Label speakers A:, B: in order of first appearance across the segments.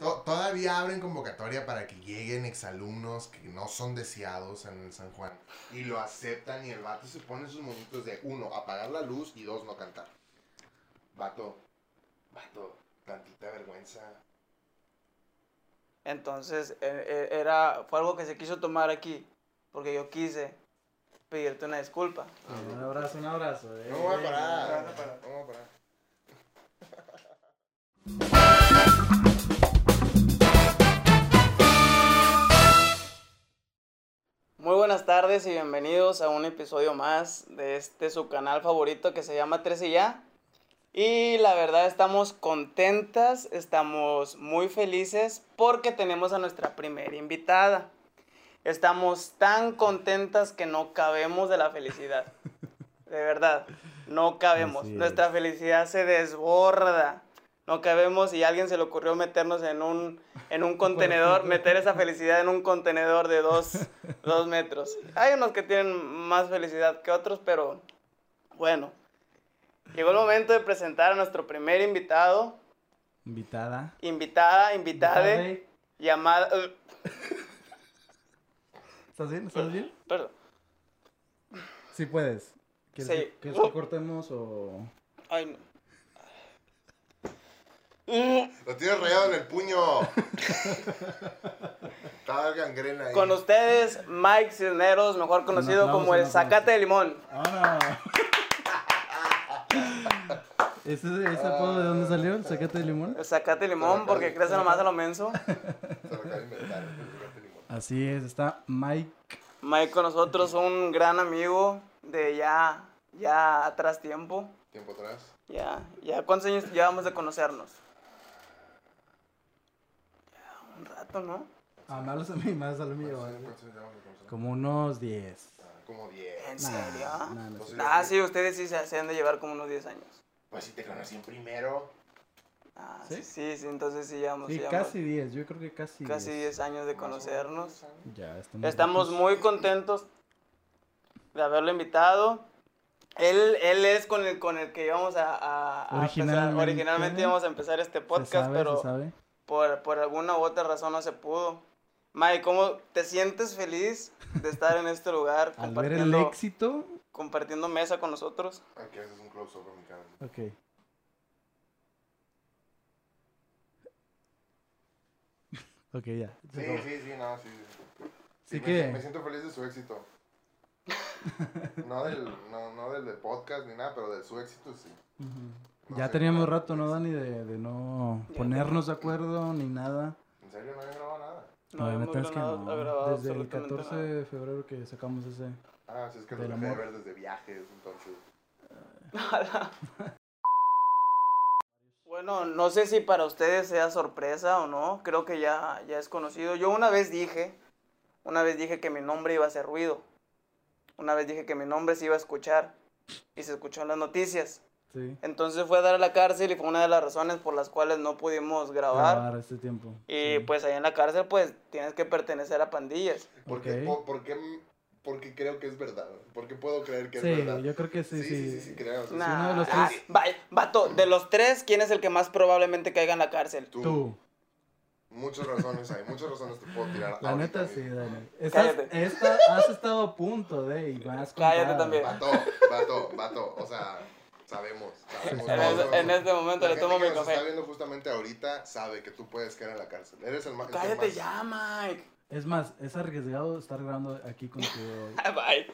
A: To- todavía abren convocatoria para que lleguen exalumnos que no son deseados en el San Juan. Y lo aceptan y el vato se pone sus momentos de uno, apagar la luz y dos, no cantar. Vato, vato, tantita vergüenza.
B: Entonces, e- e- era, fue algo que se quiso tomar aquí, porque yo quise pedirte una disculpa.
C: Un abrazo, un abrazo. eh.
A: No voy a parar.
B: no, no, para.
A: No voy a parar.
B: Muy buenas tardes y bienvenidos a un episodio más de este su canal favorito que se llama 13 y ya. Y la verdad estamos contentas, estamos muy felices porque tenemos a nuestra primera invitada. Estamos tan contentas que no cabemos de la felicidad. De verdad, no cabemos.
C: Así es.
B: nuestra felicidad se desborda. No cabemos y a alguien se le ocurrió meternos en un, en un contenedor, meter esa felicidad en un contenedor de dos, dos metros. Hay unos que tienen más felicidad que otros, pero bueno. Llegó el momento de presentar a nuestro primer invitado,
C: Invitada.
B: invitada, invitada, eh.
C: Invitade.
B: llamada... eh,
C: ¿Estás bien? ¿Estás bien?
B: perdón.
C: Sí puedes. ¿Quieres,
B: Sí.
C: que, quieres que cortemos o...?
B: Ay, no. Mm,
A: Lo tienes rayado en el puño. Estaba gangrena ahí.
B: Con ustedes, Mike Cisneros, mejor conocido
C: aplauso,
B: como
C: un
B: el
C: aplauso.
B: Zacate de Limón.
C: ¡Ahora! ¿Ese, ese apodo de dónde salió? ¿El sacate de limón?
B: El Zacate de Limón, porque crece nomás a lo menso.
A: Se lo acabo de inventar, pero fíjate, limón.
C: Así es, está Mike.
B: Mike con nosotros, un gran amigo de ya, ya atrás tiempo.
A: Tiempo atrás.
B: Ya, ya, ¿cuántos años llevamos de conocernos? Ya, un rato, ¿no?
C: Ah, me hablas a mí, me hablas a lo mío.
B: Pues
A: ¿Cuántos-
C: ¿vale?
A: Pues, cuántos llevamos de conocer?
C: Como unos 10.
A: Ah, Como 10.
B: ¿En serio?
C: Nah, no sé.
B: Ah, sí, ustedes sí se se han de llevar como unos 10 años.
A: Pues si te conocí en primero.
B: Ah, sí,
C: ¿Sí?
B: sí, sí, entonces sí llevamos,
C: Sí,
B: sí llevamos
C: casi 10, yo creo que casi 10.
B: casi 10 años de
A: más o menos,
B: conocernos.
A: ¿sabes?
C: Ya, estamos,
B: Estamos
C: juntos.
B: muy contentos de haberlo invitado. Él, él es con el, con el que íbamos a, a- a empezar.
C: Originalmente.
B: Originalmente íbamos a empezar este podcast,
C: se sabe,
B: pero...
C: se sabe.
B: por, por alguna u otra razón no se pudo. Mike, ¿cómo te sientes feliz de estar en este lugar
C: Al ver el
B: compartiendo,
C: éxito...
B: compartiendo mesa con nosotros?
A: Aquí haces un close-up a mi cara.
C: Ok. Ok, ya.
A: Sí, sí, sí, no, sí. sí.
C: Así
A: me,
C: que...
A: me siento feliz de su éxito. No del, no, no del de podcast ni nada, pero de su éxito sí.
C: Ujú.
A: No
C: Ya
A: sé,
C: teníamos
A: claro,
C: rato, ¿no,
A: pues.
C: Dani? De, de no
B: Ya
C: ponernos de acuerdo ni nada.
A: En serio, no había grabado nada.
C: la
B: hemos
C: neta es que
B: grabado-
C: no.
B: grabado
C: Desde el
B: absolutamente
C: 14
B: nada.
C: de febrero que sacamos ese.
A: Ah, sí, es que lo
C: Del
A: dejé de
C: amor.
A: ver desde viajes, entonces.
B: Bueno, no sé si para ustedes sea sorpresa o no. Creo que ya, ya es conocido. Yo una vez dije, una vez dije que mi nombre iba a hacer ruido. Una vez dije que mi nombre se iba a escuchar. Y se escuchó en las noticias.
C: Sí.
B: Entonces fue a dar a la cárcel y fue una de las razones por las cuales no pudimos grabar.
C: Grabar este tiempo.
B: Y
C: sí.
B: pues ahí en la cárcel pues tienes que pertenecer a pandillas.
A: Porque,
C: Ok.
A: po- porque, porque creo que es verdad. Porque puedo creer que es
C: Sí,
A: verdad.
C: yo creo que sí, sí.
A: sí, sí, sí, creo. sí, sí.
B: Nah.
C: uno de los
B: Ah,
C: tres-
B: va- vato, de los tres, ¿quién es el que más probablemente caiga en la cárcel?
A: Tú,
C: Tú.
A: Muchas razones hay, muchas razones te puedo tirar.
C: La
A: ahorita
C: neta sí,
A: mismo.
C: Dani. Estás-
B: Cállate.
C: esta- has estado a punto de y vas con
B: Cállate
C: cara.
B: también.
A: Vato, vato, vato. O sea, sabemos. sabemos
B: En,
A: todos,
B: es-
A: todos.
B: en este momento
A: La
B: le tomo
A: gente
B: mi
A: que nos está
B: café.
A: viendo justamente ahorita sabe que tú puedes caer en la cárcel. Eres el más. el que
B: Cállate
A: más-
B: ya, Mike.
C: Es más, es arriesgado estar grabando aquí contigo. hoy.
B: Bye.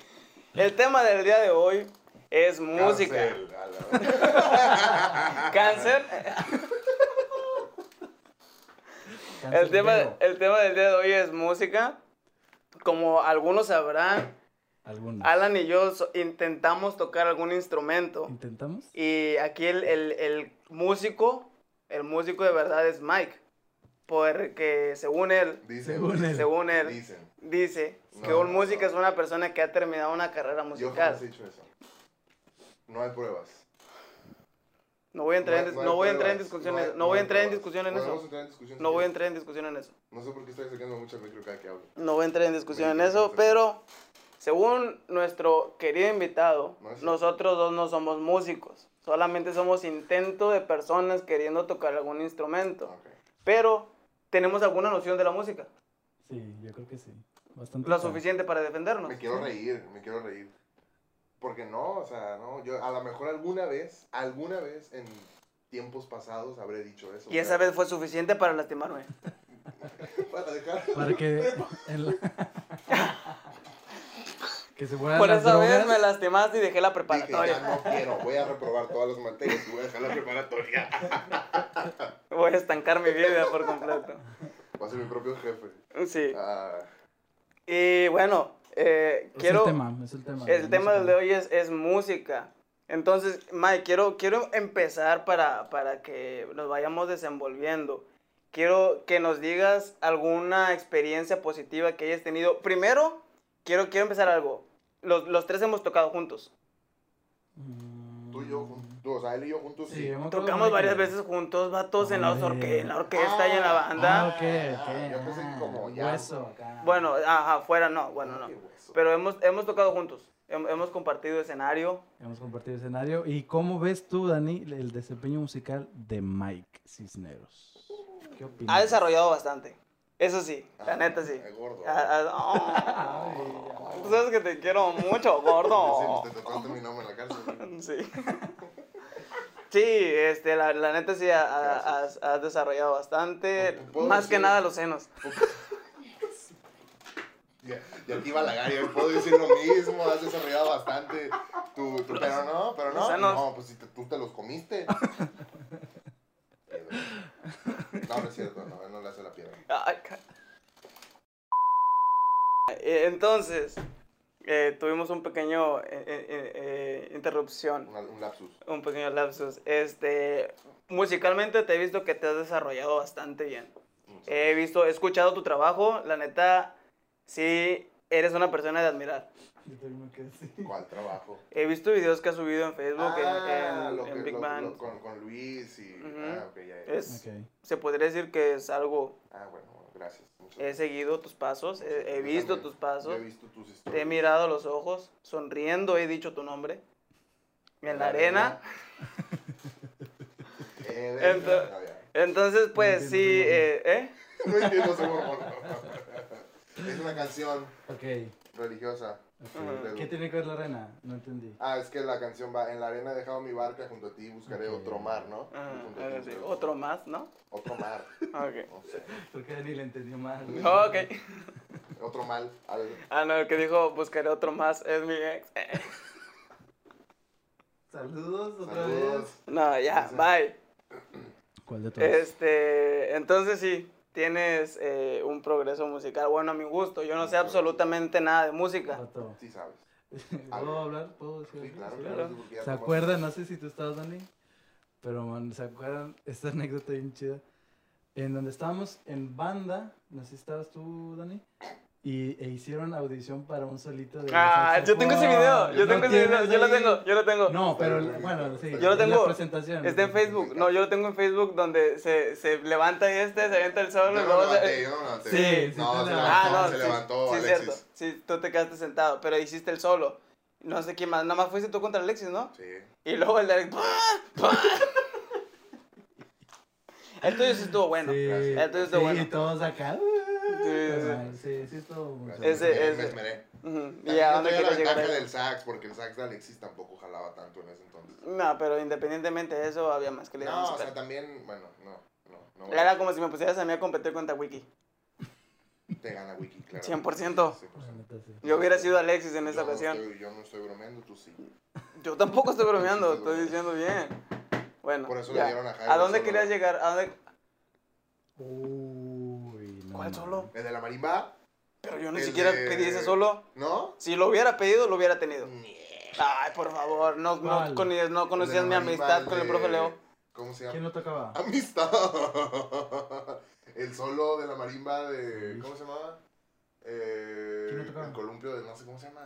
B: El tema del día de hoy es música.
A: Cárcel, a la- Ah.
B: Cáncer. El
C: Cáncer
B: tema,
C: negro,
B: el tema del día de hoy es música. Como algunos sabrán,
C: Algunos.
B: Alan y yo so- intentamos tocar algún instrumento.
C: ¿Intentamos?
B: Y aquí el, el- el músico, el músico de verdad es Mike. Porque según él,
A: Dicen,
C: Según él.
B: según él,
A: dicen.
B: dice que
A: No,
B: un músico
A: no.
B: es una persona que ha terminado una carrera
A: Yo jamás he
B: musical.
A: dicho eso. No hay pruebas.
B: No voy a entrar en,
A: No
B: dis-
A: hay-
B: no voy a entrar en
A: pruebas.
B: discusión en
A: hay-
B: eso. No voy a
A: hay
B: entrar en
A: pruebas.
B: discusión en
A: Podemos
B: eso.
A: entrar en discusión
B: No voy a
A: si quieres.
B: entrar en discusión en eso.
A: No sé por qué estoy sacando mucho el micro cada que hablo.
B: No voy a entrar en discusión en
A: Bueno,
B: eso,
A: entonces-
B: pero según nuestro querido invitado,
A: No es-
B: nosotros dos no somos músicos.
A: Ah.
B: Solamente somos intento de personas queriendo tocar algún instrumento.
A: Ok.
B: Pero tenemos alguna noción de la música.
C: Sí, yo creo que sí. Bastante.
B: Lo
C: claro.
B: suficiente para defendernos.
A: Me quiero reír, me quiero reír. Porque no, o sea, no, yo a lo mejor alguna vez, alguna vez en tiempos pasados habré dicho eso.
B: Y esa
A: pero-
B: vez fue suficiente para lastimarme.
A: Para dejar...
C: Para que. en la- que se fueran
B: Por
C: las
B: esa vez
C: drogas.
B: me lastimaste y dejé la
A: Dije, ya
B: preparatoria.
A: no quiero, voy a reprobar todas las materias y voy a dejar la preparatoria.
B: Voy a estancar mi vida por completo.
A: Voy a ser mi propio jefe.
B: Sí.
A: Ah,
B: Y bueno, eh,
C: Es
B: quiero...
C: el tema, es el tema.
B: El
C: la
B: tema
C: música.
B: de hoy es, es música. Entonces, Mike, quiero, quiero empezar para, para que nos vayamos desenvolviendo. Quiero que nos digas alguna experiencia positiva que hayas tenido. Primero, quiero, quiero empezar algo. Los, los tres hemos tocado juntos.
C: Mm.
A: tú y yo, jun- tú, o sea, él y yo juntos,
C: Sí,
A: sí.
C: yo me acuerdo
B: Tocamos
C: de
B: varias
C: que-
B: veces juntos, vatos, en la, orque- en la orquesta y en la
C: Ah,
B: banda.
C: ok,
A: Ah,
C: ok.
A: yo pensé
C: ah,
A: como ya.
C: Hueso acá.
B: Bueno, ajá, fuera no, bueno, no.
A: Qué hueso.
B: Pero hemos, hemos tocado juntos. Hem- hemos compartido escenario.
C: Hemos compartido escenario. ¿Y cómo ves tú, Dani, el desempeño musical de Mike Cisneros? ¿Qué opinas?
B: Ha desarrollado bastante. Eso sí, la
A: Ah,
B: neta sí.
A: ay, gordo.
B: Ah, ah,
C: Ay,
B: oh,
C: ay.
B: tú sabes que te quiero mucho, gordo.
A: Sí, te tatuaste mi nombre en la cárcel.
B: Sí. Sí, este, la, la neta sí ha- ha- has,
A: Gracias.
B: has desarrollado bastante.
A: ¿Puedo
B: Más que
A: decir?
B: nada los senos.
A: Ya, ya te iba a halagar, ya puedo decir lo mismo, has desarrollado bastante. tu- tu- pero no, pero
B: O
A: no.
B: sea, no-
A: No, pues si te- tú te los comiste. No, no es cierto, no, él no le hace la piedra.
B: Ay, ca- Eh, Entonces, eh, tuvimos un pequeño eh, eh, eh, eh, interrupción.
A: Una- un lapsus.
B: Un pequeño lapsus. Este, musicalmente te he visto que te has desarrollado bastante bien. He visto, he escuchado tu trabajo, la neta, sí, eres una persona de admirar.
A: ¿Cuál trabajo?
B: He visto videos que has subido en Facebook, en-
A: Ah,
B: en,
A: lo que-
B: en Big
A: lo-
B: Band.
A: lo- con, con Luis y.
B: Ujú.
A: Ah, ok, ya, ya.
B: Es-
C: Ok.
B: Se podría decir que es algo,
A: Ah, bueno, bueno, gracias. muchas
B: he
A: gracias.
B: seguido tus pasos, eh, he, he
A: Yo
B: visto
A: también.
B: tus
A: Yo
B: pasos,
A: he visto tus
B: te he
A: historias.
B: mirado a los ojos, sonriendo he dicho tu nombre. En la arena.
A: Eh,
B: Ento-
A: no, ya.
B: Entonces, pues
C: entiendo
B: sí,
C: tu nombre.
B: eh, ¿eh?
A: No entiendo su mormón. Es una canción
C: Ok.
A: religiosa.
C: ok. ¿Qué tiene que ver la arena? No entendí.
A: Ah, es que la canción va, en la arena he dejado mi barca, junto a ti buscaré
C: Ok.
A: otro mar, ¿no?
B: Ah,
A: Junto a ti
B: ah, sí,
A: buscaré
B: Otro más, ¿no?
A: Otro mar,
B: Ok.
A: no sé.
C: Creo que Dani le entendió mal.
B: Ok.
A: Otro mal. al-
B: Ah, no, el que dijo buscaré otro más es mi ex.
C: Saludos otra
A: Saludos.
C: vez.
B: No, ya,
A: Ese.
B: bye.
C: ¿Cuál de todos?
B: Este, entonces sí, tienes eh, un progreso musical. Bueno, a mi gusto, yo no sé absolutamente nada de música.
C: Vato.
A: Sí sabes.
C: ¿Puedo hablar? ¿Puedo decir
A: Sí, claro,
C: algo? Pues, Sí,
A: claro. sí, porque ya
C: ¿Se
A: tomaste-
C: acuerdan? No sé si tú estabas, Dani, pero man, ¿se acuerdan? Esta anécdota bien chida. En donde estábamos en banda, no sé si estabas tú, Dani, y, e hicieron audición para un solito de.
B: Ah, yo tengo ese video, yo
C: saxofón.
B: tengo
C: ¿No
B: ese video,
C: tienes
B: yo lo
C: ahí?
B: tengo, yo lo tengo.
C: No, pero bueno, sí.
B: Yo lo
C: en
B: tengo.
C: La presentación.
B: Está en Facebook, no, yo lo tengo en Facebook donde se, se levanta este, se avienta el
A: Yo
B: sol,
A: no eh,
B: y
A: me
B: luego se-
A: levanté, yo no me levanté.
C: Sí, sí te
A: no, se levantó,
C: levantaste.
B: Ah, no,
A: se
B: sí,
A: levantó
B: sí,
A: Alexis.
B: cierto. Sí, tú te quedaste sentado, pero hiciste el solo. No sé quién más, nada más fuiste tú contra Alexis, ¿no?
A: Sí.
B: Y luego el de... El tuyo sí estuvo bueno.
C: Sí,
B: El tuyo
C: sí,
B: estuvo bueno.
C: y todos acá.
B: sí,
C: Sí, sí, sí, estuvo muy
A: Gracias,
B: Ese-
A: me esmeré,
B: ese.
A: me esmeré.
B: Ujú, ¿Y
A: También
B: a
A: yo
B: dónde
A: tenía la
B: quieres llegar?
A: ventaja
B: ahí?
A: del sax, porque el sax de Alexis tampoco jalaba tanto en ese entonces.
B: No, pero independientemente de eso, había más que le
A: No, o sea, también, bueno, no, no, no.
B: Era como si me pusieras a mí a competir contra Wiki.
A: Te gana Wiki, claro.
B: 100%.
C: Pues,
A: 100%.
B: Yo hubiera sido Alexis en
A: Yo
B: esa
A: no
B: ocasión.
A: estoy- yo no estoy bromeando, tú sí.
B: Yo tampoco estoy bromeando,
A: Estoy
B: estoy diciendo bien. Bueno,
A: Por eso
B: ya.
A: le dieron a Jairo.
B: ¿A dónde
A: solo.
B: querías llegar? ¿A dónde?
C: Uy, no.
B: ¿Cuál
C: no.
B: solo?
A: ¿El de la marimba?
B: Pero yo ni
A: El
B: siquiera
A: Mm. de- Mm.
B: pedí ese solo.
A: ¿No?
B: Si lo hubiera pedido, lo hubiera tenido.
A: ¿Conocías
B: Ay, por favor, no, no,
C: ¿Cuál?
B: con- no conocías mi amistad con el profe Leo.
A: ¿Cómo se
C: ¿Quién
A: llama?
C: lo tocaba?
A: Ah, Amistad. el solo de la marimba de. ¿Cómo se llamaba? Eh,
C: ¿Quién lo tocaba?
A: el columpio de. No sé cómo se llama.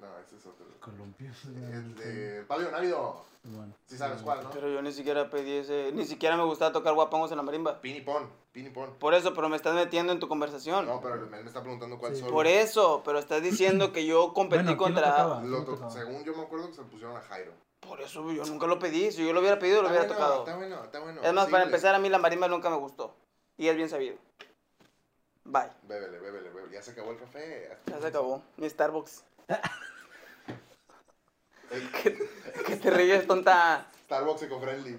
A: No, ese es otro.
C: Columpios.
A: El de. El palio navido.
C: Bueno.
A: Sí sabes cuál, ¿no?
B: Pero yo ni siquiera pedí ese. Ni siquiera me gustaba tocar guapangos en la marimba.
A: Pinipón. Pinipón.
B: Por eso, pero me estás metiendo en tu conversación.
A: No, pero él me está preguntando cuál
C: Sí.
A: solo.
B: Por eso, pero estás diciendo que yo competí
C: Bueno, ¿quién lo
B: contra.
C: tocaba?
A: Lo to- según yo me acuerdo que se lo pusieron a Jairo.
B: Por eso yo nunca lo pedí. Si yo lo hubiera pedido, lo
A: Está
B: hubiera
A: bueno,
B: tocado.
A: Está bueno, está bueno.
B: es más, para
A: posible.
B: empezar, a mí la marimba nunca me gustó. Y es bien sabido. Bye.
A: Bébele, bébele, bébele. Ya se acabó el café.
B: Ya se acabó. Mi Starbucks.
A: Ey,
B: ¿Qué te ríes, tonta?
A: Starbucks eco-friendly.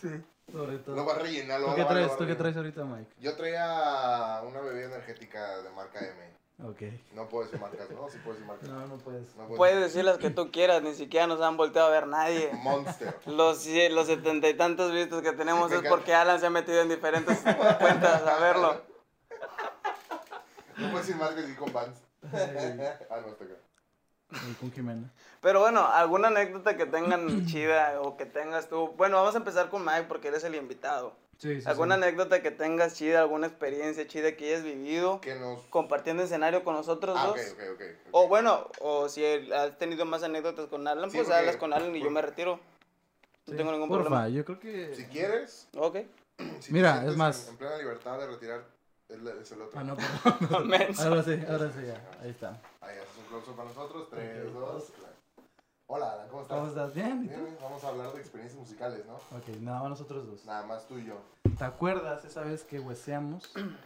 C: sí. Sobre todo.
A: Lo va a rellenar, lo
C: ¿Tú
A: va
C: qué
A: a lavar, lo va a
C: traes? ¿Tú qué
A: rellenar.
C: traes ahorita, Mike?
A: Yo traía una bebida energética de marca M.
C: Ok.
A: No puedo decir marcas, ¿no? Sí puedo decir marcas.
C: No, no puedes.
A: Pues No puedo
B: Puedes decir las que tú quieras, ni siquiera nos han volteado a ver nadie.
A: Monster.
B: Los, cien- los setenta y tantos vistas que tenemos
A: Me
B: es
A: encanta.
B: porque Alan se ha metido en diferentes cuentas a verlo.
A: No puedo decir marcas y con Vans.
C: Ay,
A: Ah, no, está acá.
C: y con Jimena.
B: Pero bueno, alguna anécdota que tengan chida o que tengas tú. Bueno, vamos a empezar con Mike porque eres el invitado.
C: Sí, sí, sí.
B: ¿Alguna anécdota que tengas chida, alguna experiencia chida que hayas vivido
A: Que nos...
B: compartiendo escenario con nosotros
A: Ah,
B: dos?
A: ok, ok, ok. ok.
B: O bueno, o si el- has tenido más anécdotas con Alan,
A: Sí,
B: pues
A: porque-
B: hablas con Alan y yo me retiro. No
C: Sí.
B: tengo ningún
C: Porfa,
B: problema.
C: yo creo que.
A: Si quieres...
B: Ok.
A: si te
C: Mira,
A: sientes
C: es más-
A: En, en plena libertad de retirar, es, la- es el otro.
C: Ah, no, perdón.
B: Menso.
C: ahora sí, ahora sí, ya. Ahí está.
A: Ahí haces un close para nosotros. Tres,
C: Ok.
A: dos... claro. Hola, Alan, ¿cómo estás?
C: ¿Cómo estás? ¿Bien? ¿Y
A: Bien,
C: tú?
A: bien, Vamos a hablar de experiencias musicales, ¿no?
C: Ok, nada más nosotros dos.
A: Nada más tú y yo.
C: ¿Te acuerdas esa vez que hueseamos?
A: En...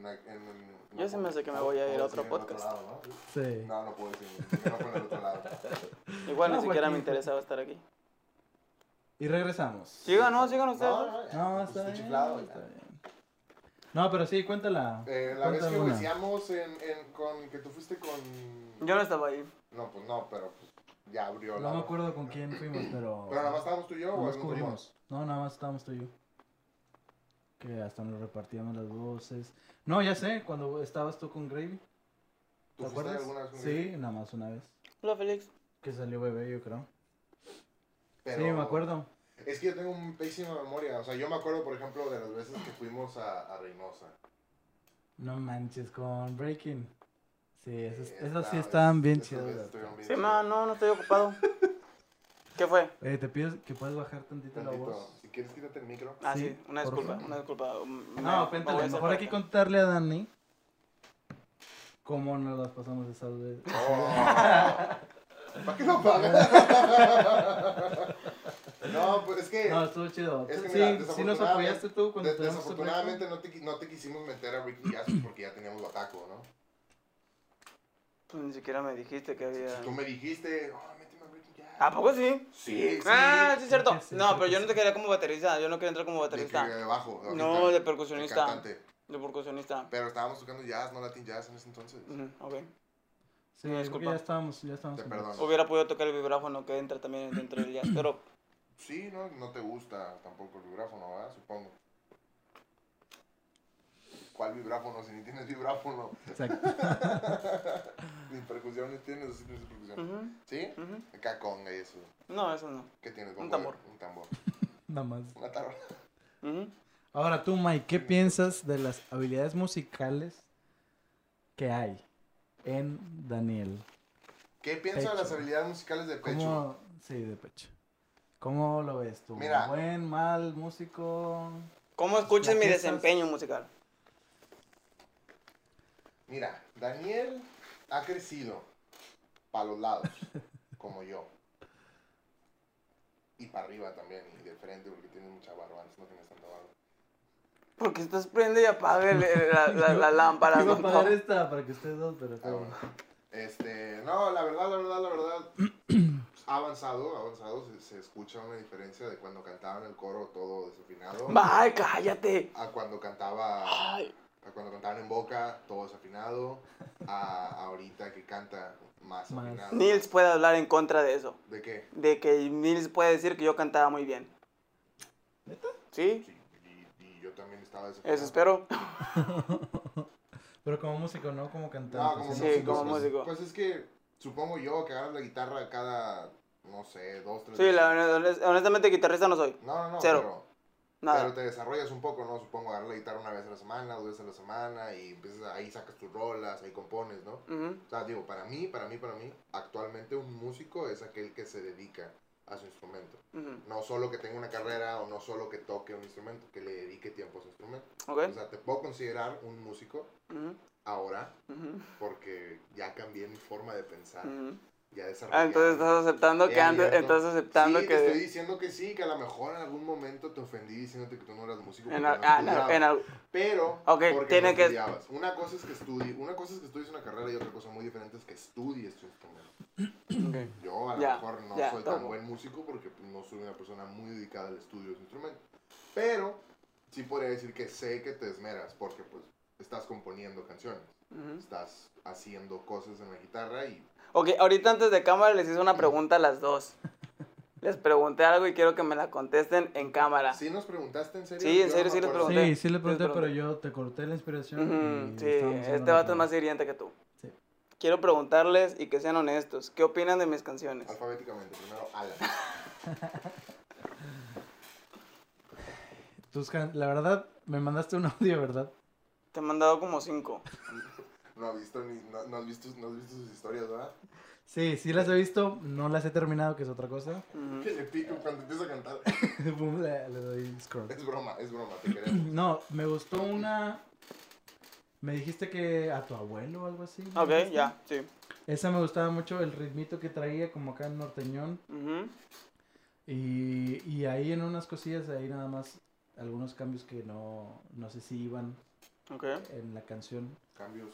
A: en, en-
B: Yo se me hace que me voy a ir a otro
A: puedo decir en el
B: podcast.
A: lado, ¿no?
C: Sí.
A: No, no puedo decir. No fue en el otro lado.
B: Igual
C: No, pues,
B: ni siquiera
C: Joaquín,
B: me interesaba estar aquí.
C: Y regresamos.
B: Sigan, no, sigan ustedes.
A: No,
B: dos.
A: no, ya,
C: No,
A: pues,
C: está bien,
A: chiflado, ya.
C: está bien. No, pero sí, cuéntala.
A: Eh, la vez que
C: Cuéntame una.
A: iniciamos en, en- con que tú fuiste con...
B: Yo no estaba ahí.
A: No, pues no, pero pues, ya abrió la...
C: No me acuerdo con quién fuimos, pero.
A: Pero nada más estábamos tú y yo,
C: Nada
A: o
C: más
A: algún otro
C: cubrimos. No, nada más estábamos tú y yo. Que hasta nos repartíamos las voces. No, ya sé, cuando estabas tú con Gravy.
A: más? ¿Tú
C: ¿Te
A: fuiste
C: acuerdas?
A: alguna vez con
C: sí, nada más una vez.
B: Hola, Félix.
C: Que salió bebé, yo creo.
A: Pero-
C: Sí, me acuerdo.
A: Es que yo tengo una pésima memoria. O sea, yo me acuerdo, por ejemplo, de las veces que fuimos a, a Reynosa.
C: No manches, con Breaking. Sí, esas,
A: Eh,
C: esas sí
A: esta-
C: estaban bien
A: esas veces
C: chidas.
A: estuvieron bien
B: Sí,
A: chidas.
B: ma, no, no estoy ocupado. ¿Qué fue?
C: Oye, Eh, te pido que puedes bajar tantito, la
A: Tantito,
C: voz.
A: Si quieres, quítate el micro.
B: Ah,
C: Sí,
B: sí, una
C: por
B: disculpa,
C: favor.
B: una disculpa. Mm, Me- me
C: No,
B: voy
C: cuéntale,
B: a hacer
C: mejor hay que
B: falta.
C: contarle a Dani cómo nos las pasamos esas veces.
A: ¿Para qué no pagas? no, pues es que...
C: No, estuvo chido.
A: Es que
C: Sí,
A: mira,
C: sí nos apoyaste tú cuando
A: de-
C: teníamos ese
A: desafortunadamente no te, qui- no te quisimos meter a Ricky Gassus porque ya teníamos Bataco, ¿no?
B: Pues Ni siquiera me dijiste que había.
A: Tú me dijiste, oh, méteme a Ricky Gassus.
B: ¿A poco Ah, sí?
A: Sí, sí.
B: Ah, sí, es cierto.
C: Creo que sí,
B: No,
C: creo
B: pero
C: que
B: yo
C: sí.
B: no te quería como baterista, yo no quería entrar como
A: de,
B: baterista.
A: que- de bajo. de
B: No,
A: ahorita,
B: de
A: de
B: percusionista.
A: cantante.
B: De percusionista.
A: Pero estábamos tocando jazz, no latin jazz en ese entonces.
B: Ujú, Ok.
C: Sí,
B: No,
C: creo que
B: disculpa.
C: ya estábamos, ya estábamos.
A: Te
C: juntos.
A: perdono.
B: Hubiera podido tocar el vibráfono que entra también dentro del jazz, pero
A: Sí, no, no te gusta tampoco el vibráfono, ¿verdad? Supongo. ¿Cuál vibráfono? Si ni tienes vibráfono.
C: Exacto.
A: Ni percusión ni tienes, si tienes percusión.
B: ujú,
A: ¿Sí?
B: ujú.
A: Acá con eso.
B: No, eso no.
A: ¿Qué tienes?
B: Un
A: Bongo de-
B: tambor.
A: Un tambor.
C: Nada más.
A: Una tarola.
B: Ujú.
C: Ahora tú, Mike, ¿qué piensas de las habilidades musicales que hay en Daniel?
A: ¿Qué pienso de las
C: Pecho.
A: habilidades musicales de Pecho?
C: ¿Cómo? Sí, de pecho. ¿Cómo lo ves tú?
A: Mira.
C: ¿Buen, mal, músico?
B: ¿Cómo escuchas
C: Las
B: mi
C: fiestas-
B: desempeño musical?
A: Mira, Daniel ha crecido para los lados, como yo. Y para arriba también, y de frente, porque tiene mucha barba, antes no tienes tanta barba.
B: Porque estás prende y apaga el- el- la, la- la lámpara.
C: Iba a
B: tonto.
C: pagar esta para que ustedes dos, pero...
A: Ah, bueno. Este, no, la verdad, la verdad, la verdad, ha avanzado, ha avanzado, se, se escucha una diferencia de cuando cantaba en el coro todo desafinado,
B: Ay, cállate.
A: a cuando cantaba,
B: Ay,
A: a cuando cantaban en boca, todo desafinado, a ahorita que canta más
C: Más.
A: afinado.
B: Nils puede hablar en contra de eso.
A: ¿De qué?
B: De que Nils puede decir que yo cantaba muy bien.
C: ¿Neta? Ah,
B: Sí,
A: Sí, y, y yo también estaba desafinado.
B: eso espero.
C: Pero como músico, no como cantante.
A: No, como
B: Sí,
C: sino
A: músico,
B: como
A: pues,
B: músico.
A: Pues es que supongo yo que agarras la guitarra cada, no sé, dos, tres
B: Sí,
A: veces.
B: la, honest- honestamente guitarrista no soy.
A: No, no, no,
B: Cero.
A: pero- Pero
B: Nada.
A: te desarrollas un poco, ¿no? Supongo agarrar la guitarra una vez a la semana, dos veces a la semana y empiezas a- ahí sacas tus rolas, ahí compones, ¿no?
B: Ujú.
A: O sea, digo, para mí, para mí, para mí, actualmente un músico es aquel que se dedica a su instrumento.
B: Ujú.
A: No solo que tenga una carrera o no solo que toque un instrumento, que le dedique tiempo a su instrumento.
B: ¿Ok?
C: Pues,
A: O sea, te puedo considerar un músico
B: Ujú.
A: ahora
B: Ujú.
A: porque ya cambié mi forma de
C: ah.
A: pensar,
B: Ujú.
A: ya desarrollé.
B: Mm. Ah, entonces estás aceptando
A: He
B: que antes,
A: abierto.
B: estás aceptando
A: sí, te estoy
B: que...
A: diciendo que sí, que a lo mejor en algún momento te ofendí diciéndote que tú no eras músico.
B: En,
A: porque
B: al-
A: no
B: ah, en al-
A: estudiabas.
B: en al-
A: Pero,
B: Ok,
A: porque
B: tiene
A: no
B: que-
A: estudiabas. Una cosa es que estudie, una cosa es que estudies una carrera y otra cosa muy diferente es que estudies tu instrumento. Yo a lo
B: Ya,
A: mejor no
B: ya,
A: soy
B: tomo.
A: tan buen músico porque no soy una persona muy dedicada al estudio de su instrumento. Pero sí podría decir que sé que te esmeras porque pues estás componiendo canciones,
B: Ujú.
A: estás haciendo cosas en la guitarra y
B: Ok, ahorita antes de cámara les hice una pregunta a las dos. Les pregunté algo y quiero que me la contesten en cámara.
A: sí nos preguntaste en serio.
B: Sí, en
A: Yo
B: serio,
A: no me
B: sí les
A: acuerdo.
B: pregunté.
C: Sí, sí le pregunté,
B: Les pregunté.
C: pero yo te corté la inspiración.
B: Ujú,
C: y
B: sí,
C: estábamos hablando
B: este vato es
C: de-
B: más hiriente que tú.
C: Sí.
B: Quiero preguntarles y que sean honestos. ¿Qué opinan de mis canciones?
A: Ah. Alfabéticamente, primero Alan.
C: Tus can- La verdad, me mandaste un audio, ¿verdad?
B: Te he mandado como cinco.
A: No has visto ni, no, no has visto, no has visto sus historias, ¿verdad?
C: Sí, sí las he visto, no las he terminado, que es otra cosa.
B: Ujú.
A: Que le pico cuando empieza a cantar.
C: Boom, le, le doy scroll.
A: Es broma, es broma, te queremos.
C: No, me gustó una... Me dijiste que a tu abuelo o algo así. ¿me
B: Ok,
C: dijiste?
B: ya, sí.
C: Esa me gustaba mucho, el ritmito que traía, como acá en norteñón.
B: Ujú.
C: Y, y ahí en unas cosillas, ahí nada más algunos cambios que no, no sé si iban
B: Ok.
C: en la canción.
A: Cambios.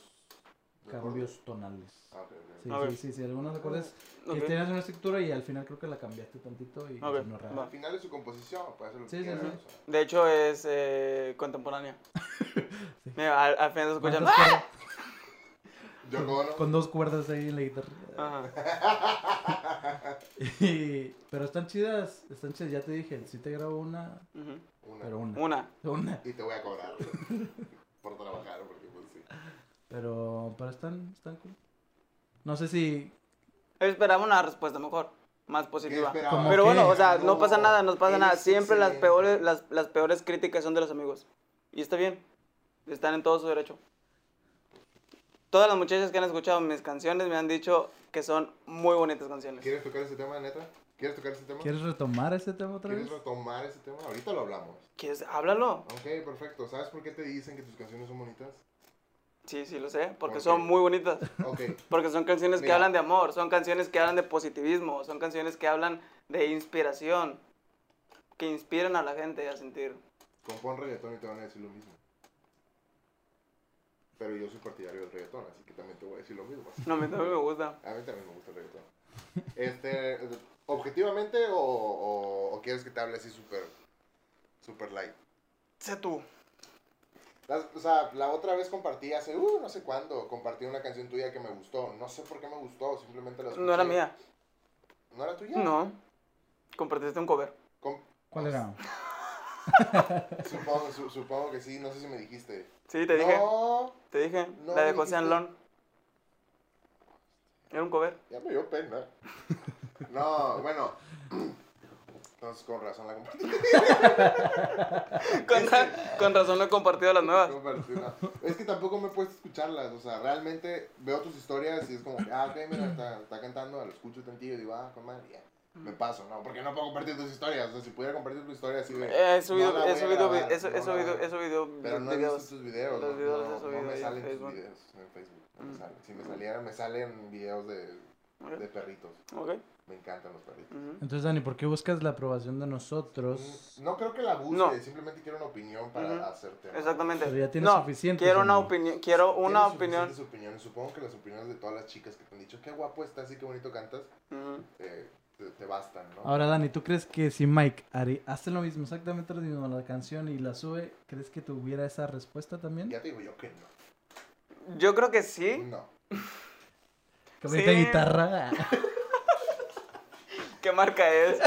A: de acordes.
C: Cambios tonales.
A: Ah, ok, ok.
C: Sí,
B: A ver.
C: sí, sí, sí, algunos acordes
B: Ok.
C: que tenías una estructura y al final creo que la cambiaste tantito y
B: A ver,
C: no
B: va.
A: Al final es su composición, puede hacer lo
C: Sí,
A: que
C: sí,
A: quiera.
C: sí.
A: o sea.
B: De hecho, es eh, contemporánea. Mira, al, al final se escucha. ¡Ah!
C: ¿Cuántas cuerdas-
A: Yo como no.
C: Con dos cuerdas ahí en la guitarra.
B: Ajá.
C: Y- pero están chidas, están chidas, ya te dije, sí te grabo una,
B: Ujú.
A: Una.
C: pero una.
B: Una.
C: Una.
A: Y te voy a cobrar. por trabajar, porque pues sí.
C: Pero, pero están, están cool. No sé si...
B: Esperaba una respuesta mejor, más
A: ¿Qué
B: positiva.
A: esperabas?
C: Como
B: Pero
C: que-
B: bueno, o sea, no pasa nada, no pasa
A: Eres
B: nada. Siempre las
A: excelente.
B: peores, las, las peores críticas son de los amigos. Y está bien. Están en todo su derecho. Todas las muchachas que han escuchado mis canciones me han dicho que son muy bonitas canciones.
A: ¿Quieres tocar ese tema, neta? ¿Quieres tocar ese tema?
C: ¿Quieres retomar ese tema otra vez?
A: ¿Quieres retomar ese tema? Ahorita lo hablamos.
B: ¿Quieres? Háblalo.
A: Ok, perfecto. ¿Sabes por qué te dicen que tus canciones son bonitas?
B: Sí, sí, lo sé. Porque
A: Ok.
B: son muy bonitas.
A: Ok,
B: Porque son canciones que
A: Mira.
B: hablan de amor, son canciones que hablan de positivismo, son canciones que hablan de inspiración, que inspiran a la gente a sentir.
A: compón reggaetón y te van a decir lo mismo. Pero yo soy partidario del reggaetón, así que también te voy a decir lo mismo.
B: No, a mí también me gusta.
A: A mí también me gusta el reggaetón. Este, ¿Objetivamente o, o- o quieres que te hable así súper super light?
B: Sé tú.
A: Las- o sea, la otra vez compartí hace, uh, no sé cuándo, compartí una canción tuya que me gustó. No sé por qué me gustó, simplemente la escuché.
B: No era mía.
A: ¿No era tuya?
B: No. Compartiste un cover.
A: Com-
C: ¿Cuál era?
A: supongo, su- supongo que sí, no sé si me dijiste.
B: Sí, te dije.
A: No,
B: Te dije.
A: No,
B: la de
A: me
B: José
A: dijiste.
B: Anlon. Era un cover.
A: ya me dio pena. No, bueno. Entonces, con razón la compartí.
B: Con, ra- con razón no he compartido las nuevas.
A: Compartí una- Es que tampoco me he puesto a escucharlas. O sea, realmente veo tus historias y es como, que, ah, ok, mira, está, está cantando, lo escucho tantillo y digo, ah, con madre, ya. Me paso, ¿no? Porque no puedo compartir tus historias. O sea, si pudiera compartir tu historia así de.
B: He subido,
A: no la voy
B: he
A: a
B: subido, vi-
A: grabar,
B: he su- he
A: no la
B: subido,
A: voy a-
B: he subido
A: Pero no he
B: videos.
A: visto tus videos.
B: Los
A: no-
B: videos
A: no,
B: los he subido
A: no me
B: ahí en
A: salen
B: Facebook.
A: tus videos en Facebook. No me
B: Mm.
A: salen. Si me salieran, me salen videos de, de perritos.
B: Ok.
A: Me encantan los perritos.
B: ujú.
C: Entonces, Dani, ¿por qué buscas la aprobación de nosotros?
A: Mm, No creo que la busque,
B: No.
A: simplemente quiero una opinión para
B: Ujú.
A: hacerte. ¿no?
B: Exactamente.
C: Pero ya tienes
B: no,
C: suficientes,
B: quiero
C: ¿o
B: una
C: no?
B: opinión, quiero
A: Tienes
B: una opinión.
A: suficientes opiniones. Supongo que las opiniones de todas las chicas que te han dicho, qué guapo estás y qué bonito cantas,
B: Ujú.
A: eh, te, te bastan, ¿no?
C: Ahora, Dani, ¿tú crees que si Mike hari- hace lo mismo, exactamente lo mismo, la canción y la sube, ¿crees que tuviera esa respuesta también?
A: Ya te digo yo que no.
B: Yo creo que sí,
A: No.
C: Cambiaste
B: Sí.
C: guitarra.
B: qué marca es.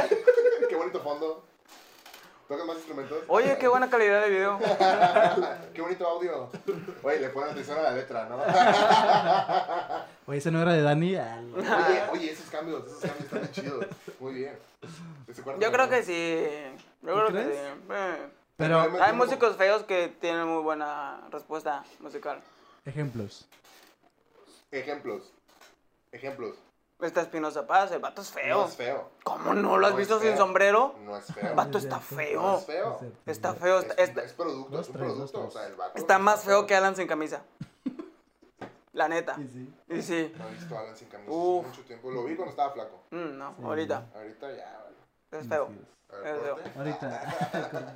A: qué bonito fondo. ¿Tocas más instrumentos?
B: Oye, qué buena calidad de video.
A: qué bonito audio. Oye, le ponen atención a la letra, ¿no?
C: Oye, ese no era de Dani. Ah, no.
A: Oye, oye, esos cambios, esos cambios están bien chidos. Muy bien. Ese cuarto
B: Yo creo
A: canción.
B: que sí. Yo creo que
C: crees?
B: sí. Eh.
C: Pero,
A: Además,
B: Hay
A: como-
B: músicos feos que tienen muy buena respuesta musical.
C: ejemplos.
A: Ejemplos. Ejemplos.
B: Está Espinosa Paz, el vato es
A: No
B: feo.
A: es feo.
B: ¿Cómo no? ¿Lo has
A: No es
B: visto sin
A: feo.
B: sombrero?
A: No es feo.
B: Vato
C: Es
B: está
C: cierto.
A: No
B: feo.
A: es feo.
C: Es cierto,
B: Está
C: es cierto.
B: feo.
A: Es,
B: Está, está-
A: es producto,
C: Dos,
A: es un
C: tres, dos,
A: producto.
C: tres.
A: O sea, el vato
B: está
A: no
B: más
A: es
B: feo que Alan sin camisa. La neta.
C: Sí, sí.
B: Y sí.
A: No he visto a Alan sin camisa
B: Uf.
A: hace mucho tiempo. Lo vi cuando estaba flaco.
B: Mm, no,
C: Sí.
B: ahorita.
A: Ahorita ya, vale.
B: Es feo.
C: Sí.
A: A ver,
B: Es feo.
A: corte.
C: Ahorita.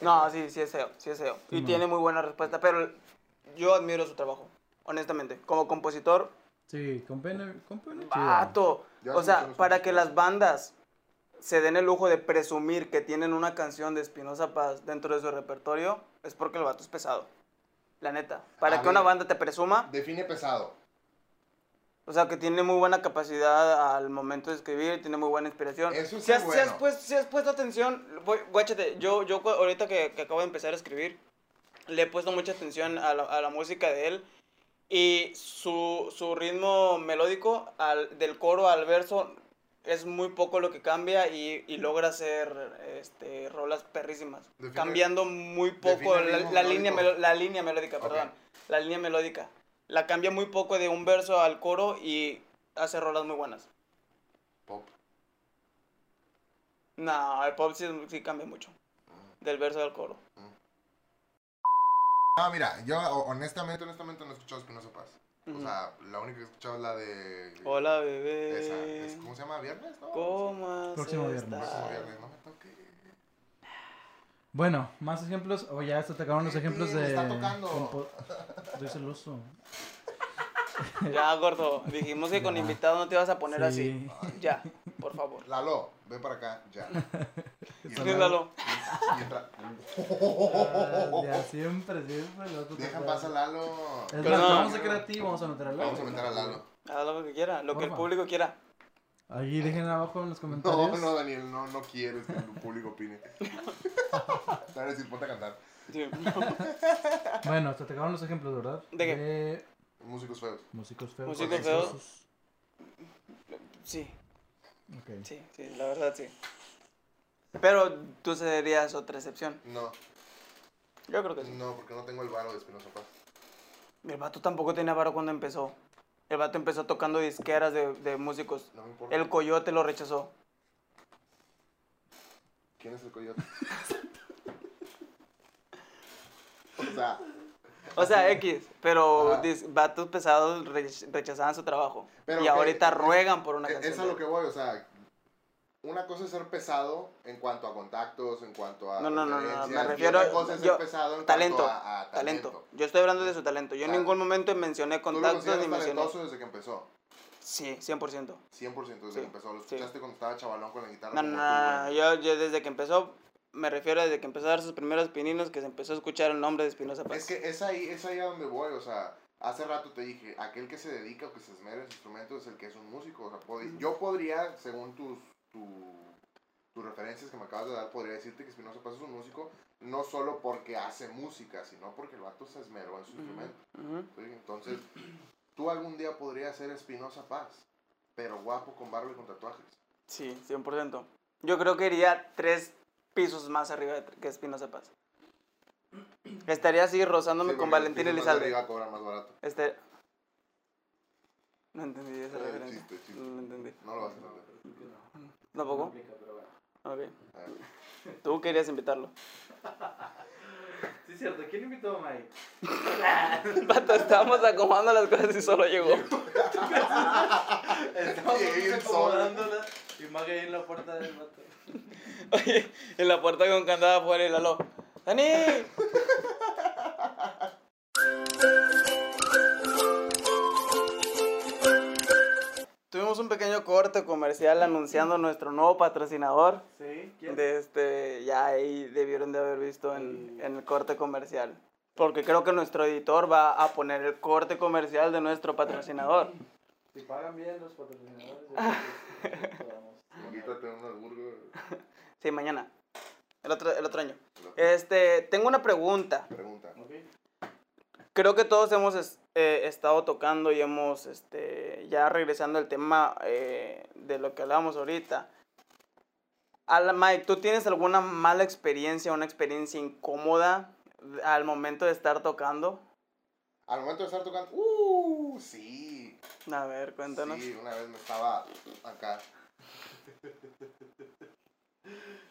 B: No, sí, sí es SEO, sí es SEO. Y
D: Simón.
B: tiene muy buena respuesta, pero yo admiro su trabajo, honestamente. Como compositor,
D: Sí, con pena, con pena chida.
B: vato.
A: Ya
B: O sea,
A: escuchamos
B: para
A: mucho.
B: que las bandas se den el lujo de presumir que tienen una canción de Espinosa Paz dentro de su repertorio, es porque el vato es pesado. La neta. Para
A: A
B: que una
A: ver.
B: banda te presuma,
A: Define pesado.
B: o sea, que tiene muy buena capacidad al momento de escribir, tiene muy buena inspiración.
A: Eso sí
B: si, has,
A: es
B: si has
A: bueno.
B: puesto, si has puesto atención, voy- guáchate, yo, yo cu- ahorita que, que acabo de empezar a escribir, le he puesto mucha atención a la, a la música de él y su, su ritmo melódico al, del coro al verso es muy poco lo que cambia y, y logra hacer este, rolas perrísimas.
A: Mm. Define-
B: cambiando muy poco
A: define el
B: la,
A: ritmo
B: la línea,
A: melódico.
B: melo- la línea melódica,
A: Ok.
B: perdón. La línea melódica. La cambia muy poco de un verso al coro y hace rolas muy buenas.
A: Pop.
B: No, el pop sí, sí cambia mucho. Del verso al coro.
A: No, mira, yo ho- honestamente, honestamente no he escuchado Espinosa Paz. O
B: Ujú.
A: sea, la única que he escuchado es la de.
B: Hola, bebé.
A: Esa. es- ¿Cómo se llama? ¿Viernes? No.
B: ¿Cómo has
D: Próximo viernes.
B: estado?
A: Próximo viernes, no me toque.
D: Bueno, más ejemplos,
C: Oh,
D: o ya se te acabaron los
A: Sí,
D: ejemplos
A: sí, me
D: de...
A: está tocando.
D: compo- Estoy celoso.
B: Ya, gordo. Dijimos que con
D: Ya.
B: invitado no te ibas a poner así.
D: Sí.
B: Ya, por favor.
A: Lalo, ven para acá, ya. Y
D: Sí,
A: entra-
B: Lalo.
A: y entra-
D: Ah, ya, siempre, siempre. lo otro
A: Deja
D: te-
A: en paz a Lalo.
D: Es más,
B: Perdón.
D: vamos a crear a ti, vamos a meter a Lalo.
A: Vamos a meter a Lalo.
B: Haz lo que quiera, lo que el
D: Porfa.
B: público quiera.
D: Ahí dejen abajo en los
A: No,
D: comentarios.
A: no, Daniel, no, no quieres que el público opine. Te van a decir, ponte a cantar.
B: Sí.
D: Bueno, se te acabaron los ejemplos, ¿verdad?
B: ¿De qué?
D: De
A: Músicos feos.
D: músicos feos.
B: Músicos
D: Ok,
B: feos.
D: sus-
B: sí,
D: ok.
B: sí, sí, la verdad sí. Pero tú serías otra excepción.
A: No,
B: Yo creo que Pues sí.
A: no, porque no tengo el varo de Espinosa Paz.
B: El vato tampoco tenía varo cuando empezó. El vato empezó tocando disqueras de, de músicos.
A: No me importa.
B: El coyote lo rechazó.
A: ¿Quién es el coyote? o sea,
B: O sea, X, pero
A: Ajá.
B: dis- vatos pesados rech- rechazaban su trabajo.
A: Pero
B: y
A: que-
B: ahorita
A: es-
B: ruegan por una
A: e-
B: canción.
A: es a lo que voy, o sea. Una cosa es ser pesado en cuanto a contactos, en cuanto a.
B: No, no, no, no,
A: referencias,
B: me
A: y otra
B: refiero-
A: cosa es ser
B: yo-
A: pesado en
B: talento,
A: cuanto a, a talento.
B: talento. Yo estoy hablando de su talento. Yo en
A: Ah.
B: ningún momento mencioné
A: Tú lo
B: contactos ni
A: consideras
B: mencioné.
A: talentoso desde que empezó.
B: Sí, 100%.
A: 100% desde
B: Sí,
A: que empezó. Lo
B: sí.
A: escuchaste cuando estaba chavalón con la guitarra.
B: No, no,
A: como
B: no,
A: tú, güey.
B: no, no, Yo, yo desde que empezó, me refiero desde que empezó a dar sus primeros pininos, que se empezó a escuchar el nombre de Espinosa Paz.
A: Es que es ahí, es ahí a donde voy, o sea, hace rato te dije, aquel que se dedica o que se esmera en su instrumento es el que es un músico, o sea, pod- yo podría, según tus, tu- tus referencias que me acabas de dar, podría decirte que Spinoza Paz es un músico, no solo porque hace música, sino porque el vato se esmeró en su instrumento,
B: Ujú.
A: ¿sí? entonces, tú algún día podrías ser Espinosa Paz, pero guapo con barba y con tatuajes.
B: Sí, 100%. Yo creo que iría tres pisos más arriba de- que Espinosa Paz. Estaría así rozándome
A: Sí,
B: con
A: porque
B: Valentín
A: Spinoza Paz
B: Elizalde.
A: iba a cobrar más barato.
B: Este... No entendí esa
A: Eh,
B: referencia.
A: chiste, chiste.
B: No lo entendí.
A: No lo vas a entender.
B: ¿Tampoco? Ok.
A: A ver.
B: Tú querías invitarlo.
D: Sí, cierto. ¿Quién invitó a Mike?
B: Pato, estábamos acomodando las cosas y solo llegó.
A: Estamos Llegué bien solo. acomodándola
D: y Mike ahí en la puerta del vato.
B: Oye, en la puerta con candado afuera y Lalo. ¡Dani! Tuvimos un pequeño corte comercial anunciando nuestro nuevo patrocinador.
D: Sí, ¿quién?
B: De este, ya ahí debieron de haber visto en, en el corte comercial. Porque creo que nuestro editor va a poner el corte comercial de nuestro patrocinador.
D: Si pagan bien los patrocinadores, yo
B: Ah.
D: creo que sí, podamos.
B: Mm.
A: Invítate a un Hamburgo.
B: Sí, mañana. El otro, el otro año.
A: Lo que
B: Este, tengo una pregunta.
A: Pregunta.
D: Ok.
B: Creo que todos hemos es- eh, estado tocando y hemos, este, ya regresando al tema eh, de lo que hablábamos ahorita. Ala, Mike, ¿tú tienes alguna mala experiencia, una experiencia incómoda al momento de estar tocando?
A: Al momento de estar tocando, ¡uh! Sí.
B: A ver, cuéntanos.
A: Sí, una vez me estaba acá.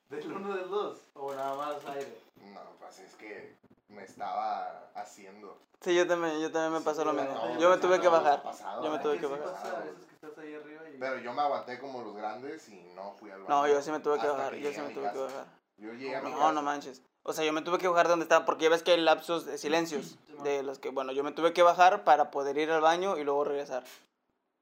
D: ¿Del uno del dos? ¿O nada más aire?
A: No, pues es que me estaba haciendo.
B: Sí, yo también, yo también me pasó lo
D: no,
B: mismo.
D: no,
B: yo me
D: no,
B: tuve
D: no,
B: que
D: no,
B: bajar.
A: pasado,
B: Yo me
A: ¿eh?
B: tuve
D: Es
B: que
D: sí
B: bajar.
D: pasa, a veces que estás ahí arriba y...
A: Pero yo me aguanté como los grandes y no fui al baño.
B: No, yo sí me tuve que
A: Hasta
B: bajar, yo
A: llegué
B: sí
A: a
B: me
A: mi
B: tuve que
A: casa.
B: bajar.
A: Yo llegué a mi
B: No,
A: casa.
B: no manches. O sea, yo me tuve que bajar de donde estaba porque ya ves que hay lapsos de silencios. De los que, bueno, yo me tuve que bajar para poder ir al baño y luego regresar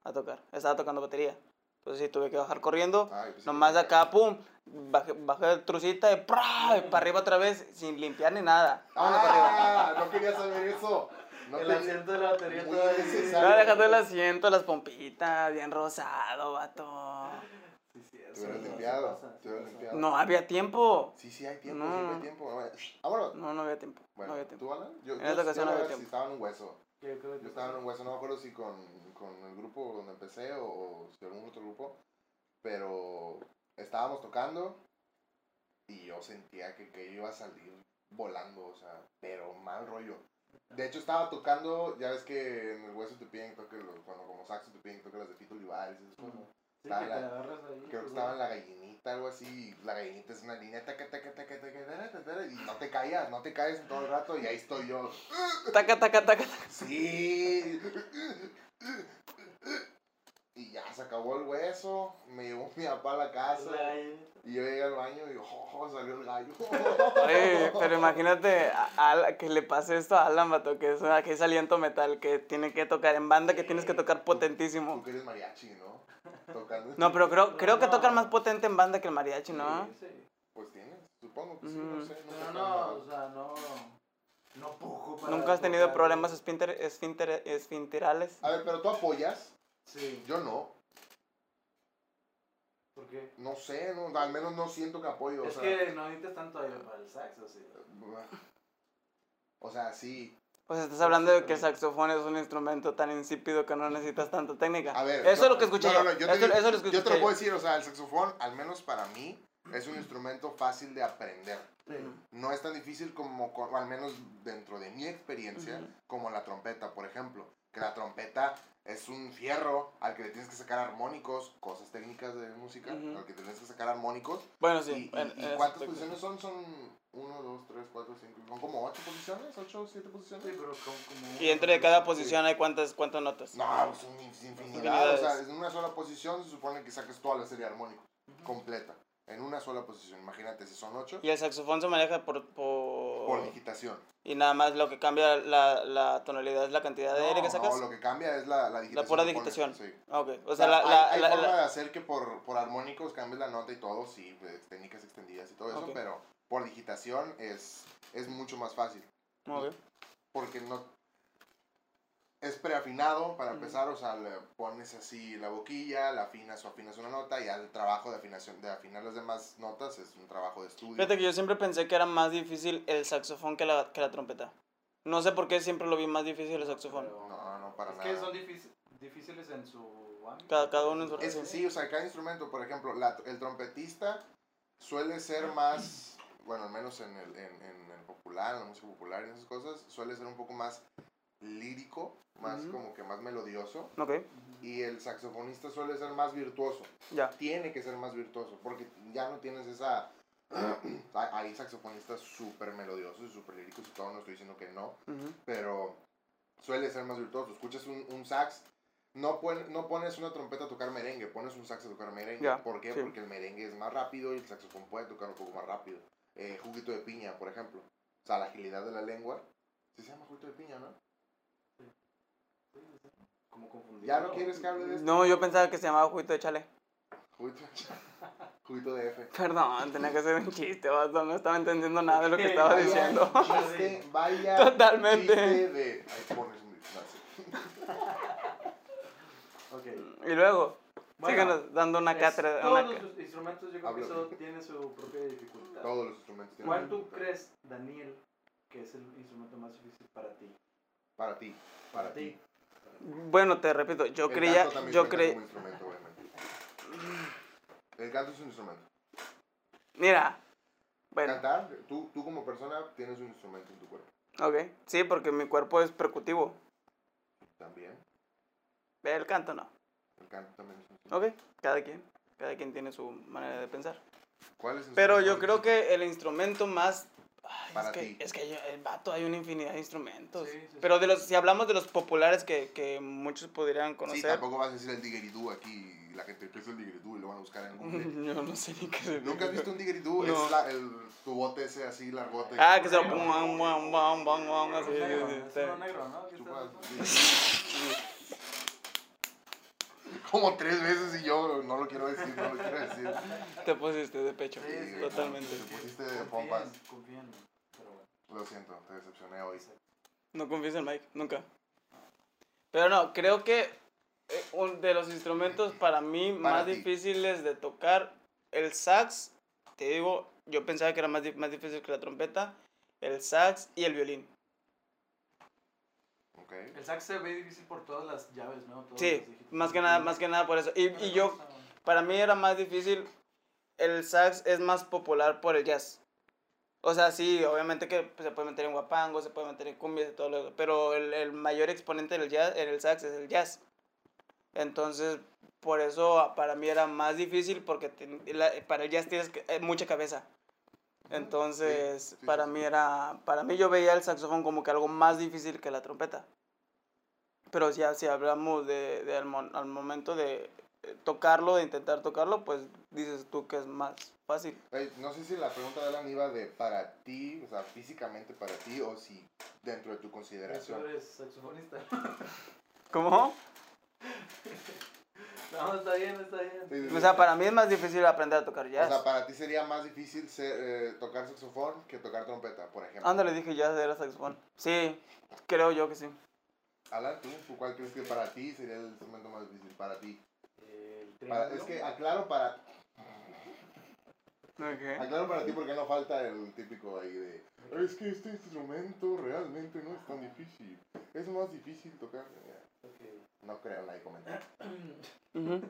B: a tocar. Estaba tocando batería. Entonces sí, tuve que bajar corriendo.
A: Ay, pues sí.
B: Nomás acá, pum, bajé, bajé trucita y, ¡pra! y para arriba otra vez sin limpiar ni nada. Vámonos para arriba.
A: Ah, no quería saber eso. No
D: El
A: quería-
D: asiento de la batería
A: Muy
D: todavía.
A: necesario.
B: No, dejando el asiento, las pompitas, bien rosado, vato.
D: Sí, sí,
A: Te
D: eso
A: hubieras
D: no se
A: limpiado,
D: pasa,
A: te
D: se
A: hubieras
D: pasa.
A: limpiado.
B: No había tiempo.
A: Sí, sí, hay tiempo,
B: No.
A: siempre hay tiempo. Ahora, Vámonos.
B: No, no había tiempo.
A: Bueno,
B: no había tiempo.
A: ¿tú, Alan? Yo,
B: En
A: yo,
B: esta
A: yo
B: ocasión
A: la
B: no había
A: verdad sí
B: tiempo.
A: estaba en un hueso.
D: Yo creo que
A: Yo estaba en un hueso, no me acuerdo si con, con el grupo donde empecé o, o si algún otro grupo, pero estábamos tocando y yo sentía que, que iba a salir volando, o sea, pero mal rollo. De hecho, estaba tocando, ya ves que en el hueso te piden que toques, los- cuando como saxo te piden que toques las de Fito Olivares y esas cosas.
D: Sí, que te
A: estaba en la-
D: agarras ahí.
A: Creo que
D: pues,
A: estaba en la gallinita, algo así. y La gallinita es una línea, taca, taca, taca, taca, taca, taca, taca, y no te callas, no te calles en todo el rato, y ahí estoy yo.
B: Taca, taca, taca.
A: Sí. Y ya se acabó el hueso, me llevó mi papá a la casa,
D: la gallinita.
A: y yo llegué al baño y oh, salió el gallo.
B: Oye, pero imagínate a- a la- que le pase esto a Alan, vato, que es, una- que es aliento metal, que tiene que tocar en banda, que tienes que tocar
A: Tú
B: potentísimo.
A: que eres mariachi, ¿no? Tocando. este
B: No, pero creo, creo que tocan más potente en banda que el mariachi, ¿no?
D: Sí, sí.
A: Pues tienes, supongo que sí, no
B: Ujú.
A: sé. No
D: No,
A: sé
D: no,
A: cómo.
D: o sea, no. No pujo para.
B: ¿Nunca has tenido
D: tocar.
B: problemas esfínter- esfínter- esfinterales?
A: A ver, pero tú apoyas,
D: Sí.
A: yo no.
D: ¿Por qué?
A: No sé, no, al menos no siento que apoyo. o
D: Es
A: sea,
D: que no necesitas tanto aire para el saxo, sí.
A: O sea, sí.
B: O sea, estás hablando de que el saxofón es un instrumento tan insípido que no necesitas tanta técnica.
A: A ver.
B: eso
A: no,
B: es lo que escuché
A: no,
B: yo.
A: no, no, yo te
B: Eso,
A: digo-
B: eso es lo
A: Yo
B: que
A: te lo
B: escuché
A: puedo decir, o sea, el saxofón, al menos para mí, es un instrumento fácil de aprender. No es tan difícil como, co- o al menos dentro de mi experiencia,
B: Ujú.
A: como la trompeta, por ejemplo. Que la trompeta es un fierro al que le tienes que sacar armónicos, cosas técnicas de música,
B: Ujú.
A: al que tienes que sacar armónicos.
B: Bueno,
A: ¿Y,
B: sí.
A: y-
B: en-
A: y
B: en ese
A: cuántas
B: aspecto.
A: posiciones son? Son 1, 2, 3, 4, 5, son como 8 posiciones, 8, 7 posiciones.
D: Sí, pero como. como-
B: Y dentro de cada posición hay cuántas, cuántas notas.
A: No, es un- es infinidad. O
B: Infinidades.
A: sea, en una sola posición se supone que saques toda la serie armónica
D: Ujú.
A: completa. En una sola posición. Imagínate si son ocho.
B: Y el saxofón se maneja por... por...
A: Por digitación.
B: Y nada más lo que cambia la, la tonalidad es la cantidad de aire
A: No,
B: que sacas.
A: no, lo que cambia es la, la digitación.
B: pura
A: que pones,
B: digitación.
A: sí.
B: Ah, ok. O sea, la,
A: hay-
B: la,
A: hay,
B: la-
A: forma
B: la-
A: de hacer que por, por armónicos cambies la nota y todo, sí, pues, técnicas extendidas y todo eso,
B: Ok.
A: pero por digitación es, es mucho más fácil.
B: ok.
A: porque no es preafinado para
B: Ujú.
A: empezar, o sea, le pones así la boquilla, la afinas o afinas una nota y ya el trabajo de afinación de afinar las demás notas es un trabajo de estudio.
B: Fíjate que yo siempre pensé que era más difícil el saxofón que la, que la trompeta. No sé por qué siempre lo vi más difícil el saxofón.
D: Pero-
A: No, no, para
D: es
A: nada.
D: que son difícil- difíciles en su ámbito.
B: Cada- cada uno en su
A: Es que sí, o sea, cada instrumento, por ejemplo, la- el trompetista suele ser más, bueno, al menos en el, en, en el popular, en la música popular y en esas cosas, suele ser un poco más lírico, más
B: Ujú.
A: como que más melodioso,
B: Ok,
D: Ujú.
A: y el saxofonista suele ser más virtuoso.
B: ya.
A: tiene que ser más virtuoso, porque ya no tienes esa... hay- Hay saxofonistas súper melodiosos y súper líricos y todo, no estoy diciendo que no,
B: Ujú.
A: pero suele ser más virtuoso. Escuchas un, un sax, no, pon- no pones una trompeta a tocar merengue, pones un sax a tocar merengue.
B: Ya,
A: ¿Por qué?
B: sí.
A: Porque el merengue es más rápido y el saxofón puede tocar un poco más rápido. Eh, juguito de piña, por ejemplo. O sea, la agilidad de la lengua. Sí se llama juguito de piña, ¿no?
D: Como confundido.
A: ¿Ya no quieres que hable de esto?
B: No, yo pensaba que se llamaba Juguito de Chale.
A: Juguito, juguito de F.
B: Perdón, tenía que ser un chiste, vato, No estaba entendiendo nada de lo que estaba
D: Vaya.
B: diciendo.
A: Chiste, vaya
B: Totalmente.
A: chiste de... Ahí pones un- no, sí.
D: Ok.
B: Y luego,
D: Bueno,
B: síganos dando una
D: es-
B: cátedra.
D: Todos
B: una
D: los
B: ca-
D: sus instrumentos, yo creo que
A: Hablo.
D: eso tiene su propia dificultad.
A: Todos los instrumentos tienen
D: ¿Cuál
A: su
D: tú
A: dificultad.
D: crees, Daniel, que es el instrumento más difícil para ti?
A: Para ti. Para ti.
B: Bueno, te repito, yo
A: El
B: creía,
A: canto también
B: yo
A: cuenta
B: creí,
A: como instrumento, obviamente. El canto es un instrumento.
B: mira, bueno,
A: Cantar, tú, tú como persona tienes un instrumento en tu cuerpo.
B: ok, sí, porque mi cuerpo es percutivo,
A: También.
B: el canto no,
A: El canto también es un instrumento.
B: ok, cada quien, cada quien tiene su manera de pensar.
A: ¿Cuál es el
B: Pero yo
A: instrumento?
B: creo que el instrumento más Ay,
A: Para
B: es, que,
A: ti.
B: es que yo- el vato hay una infinidad de instrumentos.
C: Sí, sí, sí.
B: Pero de los, si hablamos de los populares que, que muchos podrían
A: Sí,
B: conocer,
A: tampoco vas a decir el digeridú aquí y la gente empieza el digeridú y lo van a buscar en Google.
B: yo no sé ni qué
A: ¿Nunca has visto un digeridú?
B: No.
A: Es la, el, tu bote ese así, largote.
B: Ah, que se lo pongo, un, un, un, un, un, así. sí,
C: Negro,
B: sí,
C: es
B: está
C: uno
B: bien.
C: negro, ¿no? Que
A: Chupas,
C: está-
A: sí. Como tres veces y yo no lo quiero decir, no lo quiero decir. eh,
B: Te pusiste de pecho,
C: Sí, sí,
B: totalmente.
A: Te pusiste de
C: Confía en-
A: pompas.
C: confía en mí, pero bueno.
A: Lo siento, te decepcioné hoy.
B: No confíes en Mike, nunca. Pero no, creo que eh, un- de los instrumentos para mí más
A: ti.
B: difíciles de tocar, el sax, te digo, yo pensaba que era más, di- más difícil que la trompeta, el sax y el violín.
A: Ok.
C: El sax se ve difícil por todas las llaves, ¿no? Todos
B: Sí,
C: los dígitos.
B: más que nada, más que nada por eso. Y, y yo,
D: Ah,
B: para mí era más difícil, el sax es más popular por el jazz. O sea, sí, obviamente que pues, se puede meter en guapango, se puede meter en cumbias y todo lo pero el, el mayor exponente del jazz, en el sax es el jazz. Entonces, por eso a- para mí era más difícil porque ten- la- para el jazz tienes que- eh, mucha cabeza. Entonces,
A: sí, sí,
B: para
A: sí.
B: mí era para mí yo veía el saxofón como que algo más difícil que la trompeta. Pero ya si hablamos de, de al, mon- al momento de eh, tocarlo, de intentar tocarlo, pues dices tú que es más fácil.
A: Ey, no sé si la pregunta de Alan iba de para ti, o sea, físicamente para ti, o si dentro de tu
C: Tú
A: consideración.
C: eres saxofonista.
B: ¿Cómo?
C: No, está bien, está bien.
A: Sí, sí,
B: O
A: sí.
B: sea, para mí es más difícil aprender a tocar
A: O
B: jazz.
A: sea, para ti sería más difícil ser, eh, tocar saxofón que tocar trompeta, por ejemplo.
B: Ándale, dije jazz era saxofón. Sí, creo yo que sí.
A: Alan, ¿tú? ¿Tú cuál crees que para ti sería el instrumento más difícil? Para ti.
C: Eh, El
A: Para- Ah, es
C: triángulo.
A: que aclaro para,
B: Ok.
A: aclaro para ti porque no falta el típico ahí de... Es que este instrumento realmente no es tan difícil. Es más difícil tocar. Mira,
C: Ok.
A: No creo, nadie comenta.
B: Ujú.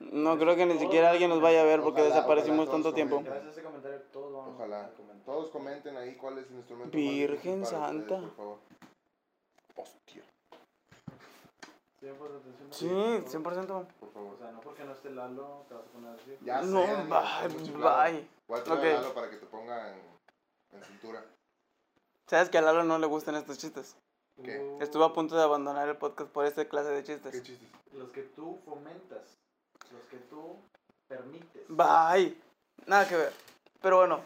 B: No creo que ni siquiera alguien nos vaya a ver porque
A: Ojalá,
B: desaparecimos
A: ojalá
B: tanto
A: todos
B: tiempo.
C: Gracias a ese comentario, todos vamos
A: Ojalá.
C: a comentar.
A: Todos comenten ahí cuál es el instrumento
B: Virgen
A: más difícil para ustedes,
B: santa.
A: por favor. Hostia,
C: Sí, por atención.
B: Sí,
C: Por-
B: 100%.
A: por
C: O
A: favor.
C: sea, no porque no esté Lalo, te vas a poner así.
A: Ya sé,
B: No,
A: Daniel,
B: bye,
A: es muy chiflado.
B: bye.
A: Voy a tirar
B: Ok.
A: a Lalo para que te ponga en, en cintura.
B: Sabes que a Lalo no le gustan estos chistes.
A: ¿Qué?
C: Tú-
B: Estuvo a punto de abandonar el podcast por esta clase de
A: Qué
B: chistes.
A: chistes.
C: Los que tú fomentas, los que tú permites.
B: Mm. Bye. Nada que ver. Pero bueno,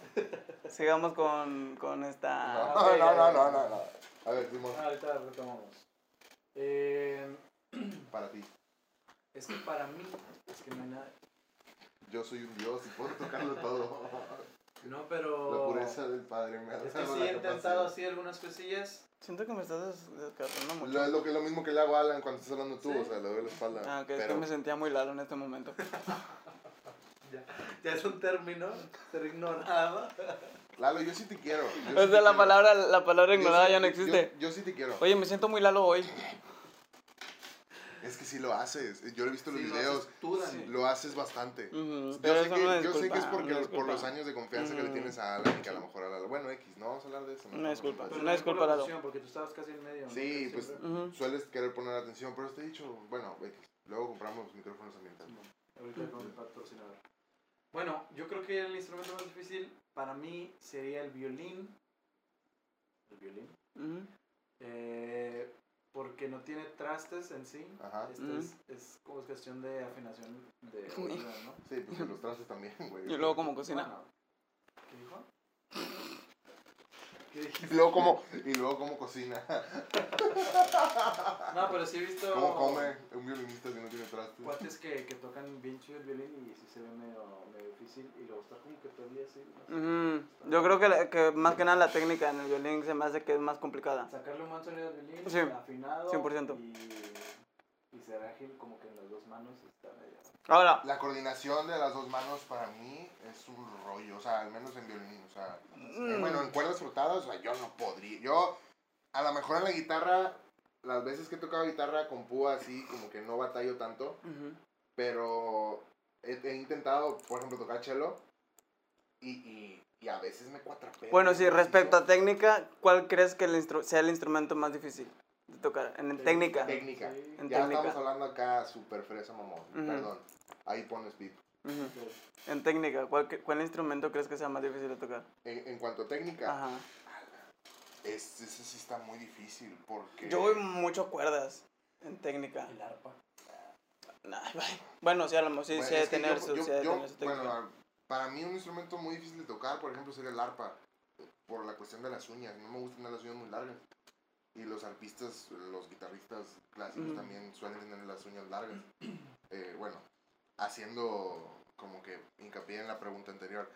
B: sigamos con, con
A: No,
B: esta...
C: ok,
A: no, no,
C: ya,
A: no,
C: ya.
A: no, no. A ver, Simón,
C: Ah, ahorita retomamos. Eh,
A: para ti.
C: es que para mí, es que no hay nada.
A: Yo soy un dios y puedo tocarlo todo.
C: No,
A: La
C: pero.
A: pureza del padre me ha
C: Es que
A: dado
C: sí
A: la
C: he intentado
A: capacidad.
C: así algunas cosillas.
B: Siento que me estás des- descartando mucho.
A: Lo, es lo, que, lo mismo que le hago a Alan cuando estás hablando tú,
C: Sí.
A: o sea, le doy la espalda.
B: Ah, ok, es que
A: pero
B: me sentía muy Lalo en este momento.
C: Ya es un término, ser ignorado.
A: Lalo, yo sí te quiero. yo sí
B: O
A: te
B: sea, la
A: quiero.
B: palabra, la palabra
A: Yo
B: ignorada
A: sí-
B: ya no
A: yo-
B: existe.
A: Yo, sí te quiero.
B: Oye, me siento muy Lalo hoy.
A: Es que sí lo haces. Yo he visto los
C: Sí, lo
A: videos.
C: haces tú, Dani.
A: Lo haces bastante.
B: Ujú,
A: Yo
B: Mm, pero
A: sé,
B: eso no
A: que,
B: es
A: yo sé que es
B: culpa,
A: porque
B: no
A: por los
B: culpa.
A: años de confianza que le
B: Mm.
A: tienes a Alan, que a lo mejor a Lalo. Bueno, X, no vamos a hablar de eso.
B: No
A: mejor
B: es culpa.
A: vamos a
C: Pero
A: hablar
B: Una
C: no
B: disculpa,
C: por la
B: Lalo.
C: opción, Porque tú estabas casi en medio. ¿no?
A: Sí,
C: Que
A: pues-
C: siempre-
B: Ujú.
A: de eso. Sueles querer poner atención, pero te he dicho, bueno, X. Luego compramos micrófonos ambientales.
C: Ahorita con el patrocinador. Bueno, yo creo que el instrumento más difícil para mí sería el violín. El violín.
B: Ujú.
C: Eh, porque no tiene trastes en sí.
A: Ajá.
C: Este
B: Mm.
C: es, es como cuestión de afinación de oído, ¿no?
A: Sí, pues y los trastes también, güey.
B: Y luego como cocina.
C: Bueno, ¿Qué dijo? ¿Qué dijiste?
A: Y luego como, y luego como cocina.
C: No, pero sí he visto
A: ¿Cómo come un violinista si no tiene trastes?
B: Pues,
C: cuates que, que tocan bien chido el violín y sí se ve medio, medio difícil y luego está como que todo el día así. no sé.
B: Ujú. Yo creo que, la- que más que nada la técnica en el violín se me hace que es más complicada.
C: Sacarle un buen sonido al violín,
B: Mm. Sí,
C: afinado
B: 100%.
C: Y, y ser ágil como que en las dos manos está medio...
B: Ahora,
A: La coordinación de las dos manos para mí es un rollo, o sea, al menos en violín, o sea, eh,
B: Mm.
A: bueno, en cuerdas frotadas, o sea, yo no podría, yo, a lo mejor en la guitarra, las veces que he tocado guitarra con púa así, como que no batallo tanto,
B: ujú.
A: pero he, he intentado, por ejemplo, tocar cello, y, y, y a veces me cuatrapeo.
B: bueno, sí,
A: macizo.
B: respecto a técnica, ¿cuál crees que el instru- sea el instrumento más difícil de tocar? En técnica.
A: Técnica.
C: Sí.
B: en
A: Ya
B: técnica.
A: estamos hablando acá super fresa, mamón,
B: Ujú.
A: perdón, ahí pones pip.
B: Ujú. En técnica, ¿cuál, cre- ¿cuál instrumento crees que sea más difícil de tocar?
A: En, en cuanto a técnica,
B: Ajá.
A: es- ese sí está muy difícil porque...
B: Yo voy mucho a cuerdas en técnica.
C: El arpa.
B: Nah, bye. bueno, sí, a lo mejor sí,
A: Bueno,
B: sí ha de
A: es que
B: tener
A: yo-
B: su,
A: yo-
B: sí ha de
A: yo-
B: tener su técnica.
A: Bueno, a- para mí un instrumento muy difícil de tocar, por ejemplo, sería el arpa. Por la cuestión de las uñas. No me gustan tener las uñas muy largas. Y los arpistas, los guitarristas clásicos
B: Ujú.
A: también suelen tener las uñas largas. Eh, bueno, haciendo como que hincapié en la pregunta anterior.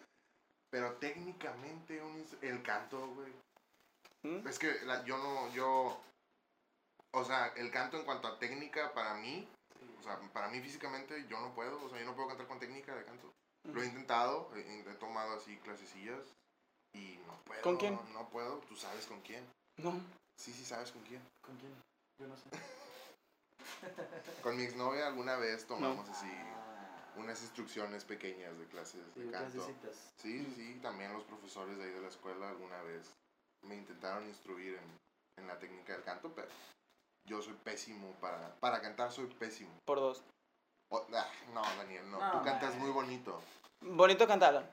A: Pero técnicamente un ins- el canto, güey.
B: ¿Mm?
A: Es que la- yo no, yo... O sea, el canto en cuanto a técnica para mí o sea, para mí físicamente yo no puedo, o sea, yo no puedo cantar con técnica de canto. Lo he intentado, he, he tomado así clasecillas y no puedo.
B: ¿Con quién?
A: No puedo, tú sabes con quién.
B: No.
A: Sí, sí sabes con quién.
C: ¿Con quién? Yo no sé.
A: Con mi exnovia alguna vez tomamos así
C: Ah,
A: unas instrucciones pequeñas de clases
C: sí,
A: de canto.
C: clasecitas.
A: Sí, sí, también los profesores de ahí de la escuela alguna vez me intentaron instruir en, en la técnica del canto, pero yo soy pésimo para... Para cantar soy pésimo.
B: Por dos.
A: O- ah, no, Daniel, no.
C: No,
A: tú cantas
C: man.
A: muy bonito.
B: Bonito cantarlo.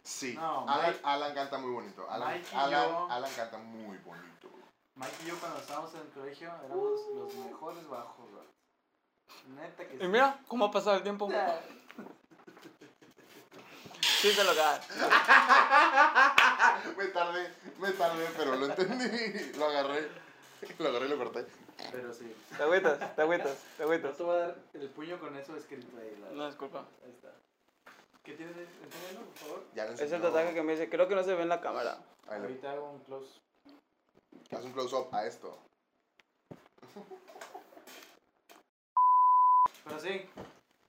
A: Sí,
C: No,
A: Alan,
C: Mike-
A: Alan canta muy bonito. Alan,
C: Mike y
A: Alan,
C: yo-
A: Alan canta muy bonito. güey.
C: Mike y yo cuando estábamos en el colegio éramos los mejores bajos, güey. Neta que
B: Y mira cómo ha pasado el
C: O
B: tiempo.
C: sea,
B: Sí, se lo cagas.
A: Me tardé, me tardé, pero lo entendí. Lo agarré. Lo agarré y lo corté.
C: Pero sí.
B: Te agüitas, te agüitas, te
C: Pero
B: agüitas.
C: te voy a dar el puño con eso escrito ahí. la-
B: No, disculpa.
C: Ahí está. ¿Qué tienes? Enténgalo, por favor.
A: Ya lo
B: Es el
A: enseñó.
B: tatuaje que me dice, creo que no se ve en la cámara.
A: Ahí le-
C: Ahorita hago un close.
A: Haz un close-up a esto.
C: Pero sí,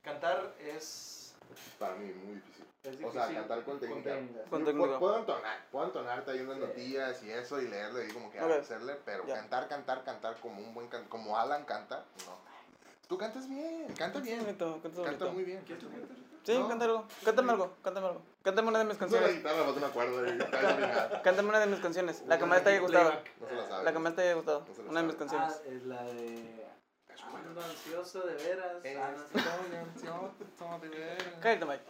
C: cantar es.
A: Para mí, muy difícil.
C: es
A: O sea,
C: difícil
A: cantar con técnica.
B: Con
A: Yo
B: técnica.
A: pu- Puedo entonar, puedo entonarte ahí unas
C: Sí.
A: notillas y eso y leerle y como que
B: A ver.
A: hacerle, pero
B: Ya.
A: cantar, cantar, cantar como un buen can como Alan canta, no. Tú cantas bien, canta bien.
B: Bonito, cantas
A: Canta
B: bonito.
A: muy bien.
C: ¿Quieres tú cantar?
B: Sí,
A: No.
B: canta algo. Cántame algo, cántame algo. Cántame una de mis
A: Canción la
B: canciones.
A: guitarra, no te la acuerdas, y está dominada.
B: Cántame una de mis canciones. La que más te haya gustado.
C: Playback.
A: No se la sabe.
B: La que más te haya gustado.
A: No se lo
B: Una de mis
A: sabe.
C: Ah,
B: canciones.
C: es la de.
A: Es bueno.
C: Ando ansioso de veras. Ah, no, sí.
A: Pero
B: Cállate, Mike.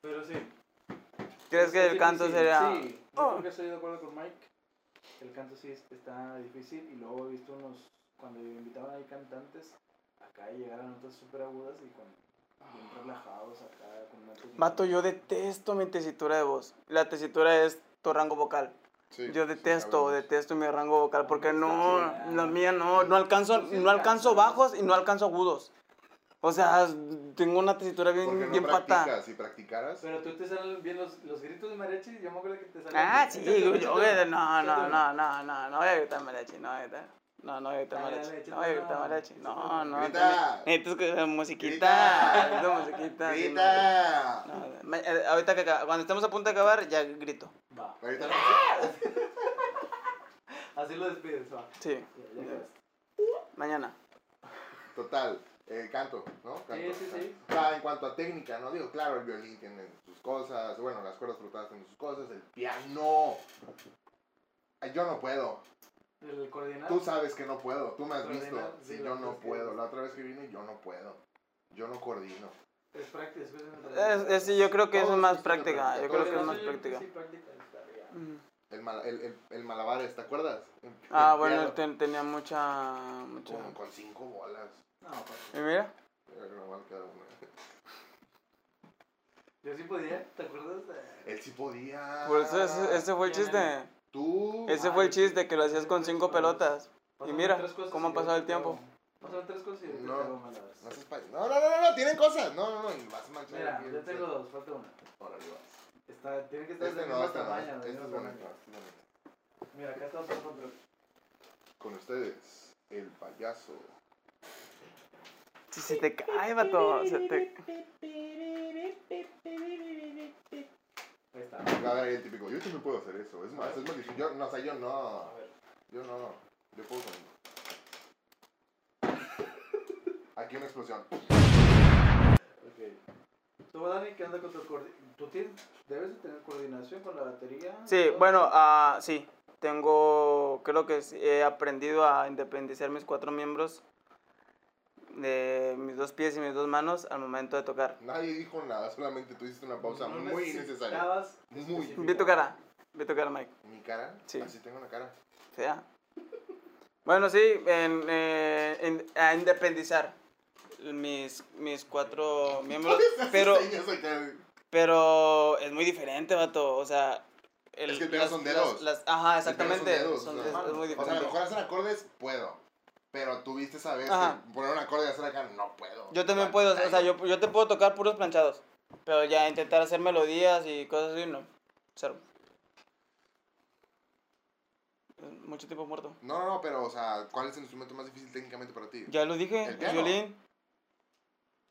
C: Pero sí.
B: ¿Crees que el
C: Sí,
B: canto
C: sí,
B: sería...? Oh.
C: Sí, yo creo que estoy de acuerdo con Mike. El canto sí es- está difícil y luego he visto unos. Cuando invitaban ahí cantantes, acá llegaron notas súper agudas y con. Bien relajados acá, con una técnica.
B: Ah. Mato, yo detesto mi tesitura de voz. La tesitura es tu rango vocal. Yo detesto, detesto mi rango vocal porque no, la mía no, no alcanzo, no alcanzo bajos y no alcanzo agudos. O sea, tengo una tesitura bien, bien pata.
A: Si practicaras,
C: Pero tú te salen bien los, los gritos de mariachi, yo me acuerdo que te salen
B: Ah,
C: bien.
B: sí,
C: Échate
B: yo,
C: uno,
B: yo-
C: échate
B: no, no,
C: uno, échate
B: no, no,
C: uno.
B: no, no, no voy a gritar mariachi, no voy a gritar. No, no voy a gritar
C: Dale,
B: mariachi,
C: dale,
B: no voy a gritar
C: échate uno.
B: mariachi, no, no.
A: Grita.
B: tiene- Necesito que musiquita,
A: Grita.
B: necesito musiquita. sí,
A: grita.
B: no, no, ma- eh, Ahorita que acá- cuando estemos a punto de acabar, ya grito.
C: Va,
A: Ahorita
C: así lo despides, va.
B: Sí,
C: Ya, ya quedaste.
B: mañana.
A: Total, eh, canto, ¿no? Canto,
C: sí,
A: canto.
C: sí.
A: Ah, en cuanto a técnica, ¿no? Digo, claro, el violín tiene sus cosas, bueno, las cuerdas frotadas tienen sus cosas, el piano. Ay, Yo no puedo.
C: El coordinar.
A: Tú sabes que no puedo, tú me has visto.
C: Coordinar, sí,
A: Sí,
C: la
A: yo
C: otra
A: no
C: vez que-
A: puedo. La otra vez que vine, yo no puedo. Yo no coordino.
C: Es práctica, es
B: Es, es- sí, yo creo que eso es más práctica, yo creo que es
A: Coordinación,
B: más práctica.
C: Sí, práctica. está bien.
B: Mm.
A: El, mala- el, el, el malabares, ¿te acuerdas?
B: Ah,
A: El
B: bueno,
A: piano.
B: él ten- tenía mucha... mucha...
A: Con, con cinco bolas.
C: No, pues, papi.
B: Y mira,
A: Era normal cada una.
C: Yo sí podía, ¿te acuerdas? de-
A: Él sí podía.
B: por eso Pues ese, ese fue el
C: ¿quién
B: chiste.
C: era?
A: Tú.
B: Ese
C: Ah,
B: fue el
C: yo sí.
B: chiste, que lo hacías con cinco pelotas.
C: Pásame
B: mira,
C: tres cosas
B: cómo
C: y
B: ha
C: yo
B: pasado
C: te
B: el tiempo.
C: hago- Pásame tres cosas y yo te
A: No.
C: hago malas.
A: No, seas pa- no, no, no, no, no, tienen cosas. No, no, no, y vas a manchar.
C: Mira,
A: aquí
C: yo
A: el-
C: tengo dos, falta una.
A: Órale, vas.
C: Está, tiene que estar
A: Este
C: del
A: no,
C: mismo
A: este no.
C: tamaño,
A: Este
C: del
A: es
C: mismo
A: bonito.
C: tamaño.
A: este es bonito.
C: Mira, acá estamos en control.
A: Con ustedes, el payaso.
B: Si se te cae, vato. se te-
C: Ahí está.
A: Va a ver ahí el típico. Yo también puedo hacer eso. Es más, es más difícil. Yo, no, o sea, yo no.
C: A ver.
A: Yo no, yo puedo con... Aquí una explosión.
C: Ok. Tú, Dani, ¿qué onda con tu coordinación? Tú tienes, debes de tener coordinación con la batería.
B: Sí,
C: todo?
B: bueno, ah, sí. Tengo, creo que sí, he aprendido a independizar mis cuatro miembros de mis dos pies y mis dos manos al momento de tocar.
A: Nadie dijo nada, solamente tú hiciste una pausa
C: No
A: muy necesaria.
C: necesitabas
A: Muy.
C: especificar.
B: Vi tu cara, vi tu cara, Mike.
A: ¿Mi cara?
B: Sí.
A: Así tengo una cara.
B: Fea. ah. Bueno, sí, en, eh, en- a independizar mis, mis cuatro miembros. Pero,
A: Señas acá.
B: pero es muy diferente, vato. O sea, el-
A: Es que el piano son dedos.
B: las- ajá,
A: Si tengo
B: exactamente.
A: son dedos,
B: son-
A: o
B: es,
A: sea,
B: es
A: O sea, a
B: muy diferente.
A: lo mejor hacer acordes, puedo. Pero tuviste esa vez
B: Ajá.
A: que poner un acorde y hacer acá, no puedo.
B: Yo también
A: Batalla.
B: puedo, o sea, yo, yo te puedo tocar puros planchados. Pero ya intentar hacer melodías y cosas así, no. Cero. Mucho tiempo muerto.
A: No, no, no, pero, o sea, ¿cuál es el instrumento más difícil técnicamente para ti?
B: Ya lo dije,
A: ¿El
B: el,
A: piano?
B: violín.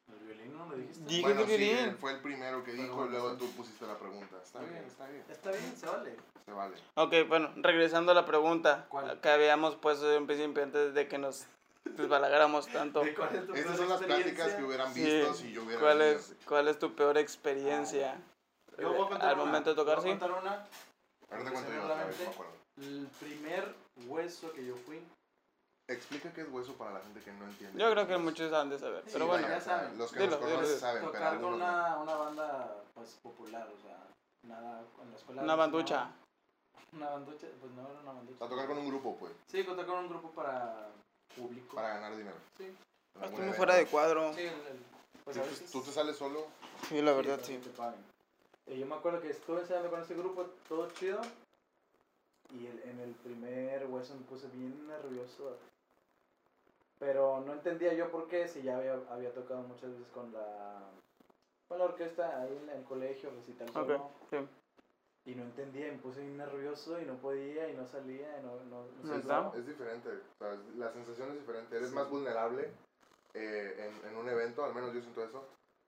C: El violín no lo dijiste.
B: Dije
A: bueno,
B: que
A: sí,
B: violín.
A: él fue el primero que
C: Pero
A: dijo y
C: bueno,
A: luego
C: sí.
A: tú pusiste la pregunta. Está
C: Ok.
A: bien, está bien.
C: Está bien, se vale.
A: Se vale.
B: Ok, bueno, regresando a la pregunta
C: ¿Cuál?
B: que habíamos puesto de un principio antes de que nos desbalagáramos tanto.
C: ¿De cuál es tu
A: Estas
C: peor
A: son las pláticas
C: experiencia?
A: que hubieran
B: Sí.
A: visto si yo hubiera
B: ¿Cuál
A: venido.
B: es, ¿Cuál es tu peor experiencia?
C: Yo voy a contar
B: Al
C: una.
B: momento de tocar,
C: Voy a
B: sí.
C: contar una.
A: Ahorita cuento
C: Se me
A: yo otra vez,
C: solamente-
A: me acuerdo.
C: El primer hueso que yo fui.
A: Explica qué es hueso para la gente que no entiende.
B: Yo creo que muchos han de saber,
C: Sí,
B: pero
A: vaya,
B: bueno.
C: ya
A: o sea,
C: saben.
A: Los que
B: Dilo,
A: nos
B: dilo,
A: conocen
B: dilo.
A: saben, pero
C: tocar con
A: algunos no.
C: una, una banda pues popular, o sea, nada en la escuela.
B: Una
C: no,
B: banducha.
C: Una banducha, pues no era una
A: O
C: banducha.
A: sea, tocar con un grupo, pues,
C: Sí, tocar con un grupo para público.
A: para ganar dinero.
C: Sí,
A: En algún
B: Estoy muy fuera de
A: evento.
B: cuadro.
C: sí, el- el- pues a
A: ¿Tú-
C: veces-
A: ¿Tú te sales solo?
B: Sí, la verdad,
C: para
B: sí.
C: que te paguen. Eh, yo me acuerdo que estuve ensayando con ese grupo, todo chido. Y el- en el primer hueso me puse bien nervioso. Pero no entendía yo por qué, si ya había, había tocado muchas veces con la, con la orquesta ahí en el colegio, recital solo.
B: Ok, sí.
C: Y no entendía, y me puse bien nervioso y no podía y no salía y no, no, no
B: ¿Neta?
C: soltaba.
A: Es diferente, o sea, es- la sensación es diferente, eres
C: Sí.
A: más vulnerable eh, en, en un evento, al menos yo siento eso.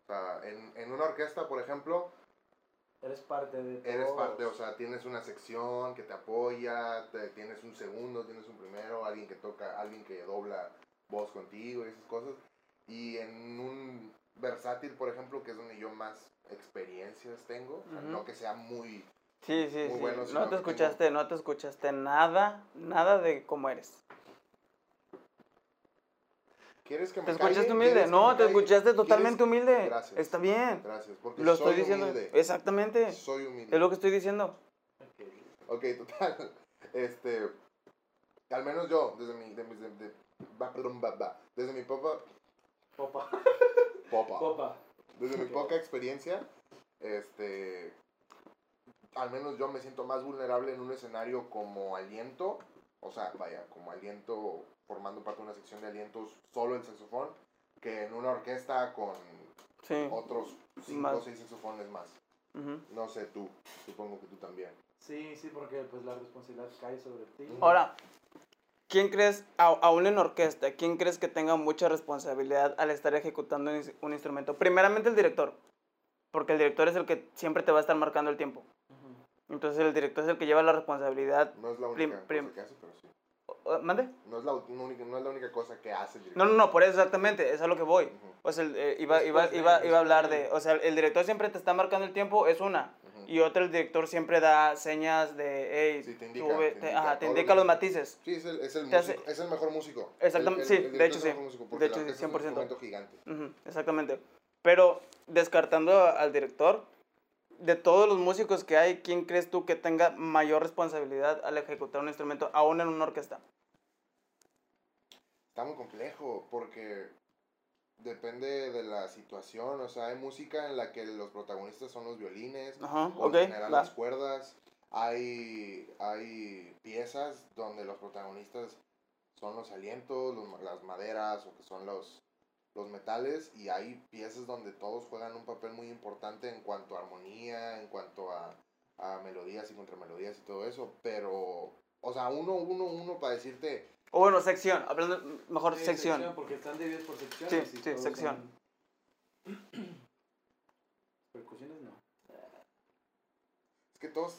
A: O sea, en, en una orquesta, por ejemplo,
C: Eres parte de
A: eres
C: todos.
A: parte, o sea, tienes una sección que te apoya, te- tienes un segundo, tienes un primero, alguien que toca, alguien que dobla voz contigo y esas cosas. Y en un versátil, por ejemplo, que es donde yo más experiencias tengo, o sea,
B: Ujú.
A: no que sea muy...
B: Sí, sí,
A: Muy
B: sí.
A: bueno, sino
B: no
A: que
B: te escuchaste, no te escuchaste nada, nada de cómo eres.
A: ¿Quieres que me
B: ¿Te
A: calle?
B: escuchaste
A: ¿Quieres
B: humilde?
A: que
B: No,
A: me
B: te
A: calle?
B: escuchaste
A: ¿Quieres?
B: totalmente humilde.
A: Gracias.
B: Está bien.
A: Gracias, porque
B: Lo
A: soy
B: estoy diciendo. Eh,
A: humilde.
B: Exactamente.
A: Soy humilde.
B: Es lo que estoy diciendo.
C: Ok.
A: Ok, total. Este. Al menos yo, desde mi. De, mis- de, de- ba- perdón, ba- ba. desde mi poca.
C: Popa.
A: Popa.
C: Popa.
A: Desde mi
C: Ok.
A: poca experiencia, este. Al menos yo me siento más vulnerable en un escenario como aliento. O sea, vaya, como aliento, formando parte de una sección de alientos, solo el saxofón, que en una orquesta con
B: Sí.
A: otros cinco o
B: Más.
A: seis saxofones más.
B: Ujú.
A: No sé tú, supongo que tú también.
C: Sí, sí, porque pues la responsabilidad cae sobre ti.
A: Ujú.
B: Ahora, ¿quién crees, a- aún en orquesta, quién crees que tenga mucha responsabilidad al estar ejecutando un ins- un instrumento? Primeramente el director, porque el director es el que siempre te va a estar marcando el tiempo.
C: Ujú.
B: Entonces el director es el que lleva la responsabilidad.
A: No es la
B: Prim-
A: única
B: prim-
A: cosa que hace, pero sí.
B: O- o- ¿Mande?
A: No es la ut- no única, no es la única cosa que hace el
B: No,
A: director.
B: no, no, por eso exactamente, es a lo que voy.
A: Ujú, este
B: O sea, el- eh, iba,
C: Es
B: iba,
C: parte
B: iba,
C: de-
B: iba a hablar de, o sea, el director siempre te está marcando el tiempo, es una.
A: ujú.
B: Y otra, el director siempre da señas de, hey,
A: Sí, te indica,
B: tú ve-
A: te
B: te-
A: indica
B: ajá, te
A: todo lo
B: indica
A: que-
B: los matices.
A: Sí, es el, es el
B: Te hace-
A: músico- es el mejor músico.
B: Exactamente, sí, de
A: director es
B: hecho
A: el
B: sí,
A: mejor músico,
B: de
A: porque la
B: hecho sí,
A: orquesta es un
B: 100%.
A: instrumento gigante.
B: Ujú, exactamente. Pero descartando a- al director, de todos los músicos que hay, ¿quién crees tú que tenga mayor responsabilidad al ejecutar un instrumento, aún en una orquesta?
A: Está muy complejo porque depende de la situación. O sea, hay música en la que los protagonistas son los violines,
B: Ajá,
A: por
B: ok.
A: lo general
B: va.
A: las cuerdas. Hay, hay piezas donde los protagonistas son los alientos, los ma- las maderas o que son los, los metales y hay piezas donde todos juegan un papel muy importante en cuanto a armonía, en cuanto a, a melodías y contramelodías y todo eso, pero, o sea, uno, uno, uno para decirte,
B: O bueno, sección, hablando mejor
C: Sí,
B: sección.
C: Porque están divididos por secciones.
B: Sí,
C: y
B: sí,
C: todos
B: sección.
C: son- Percusiones no.
A: es que todos,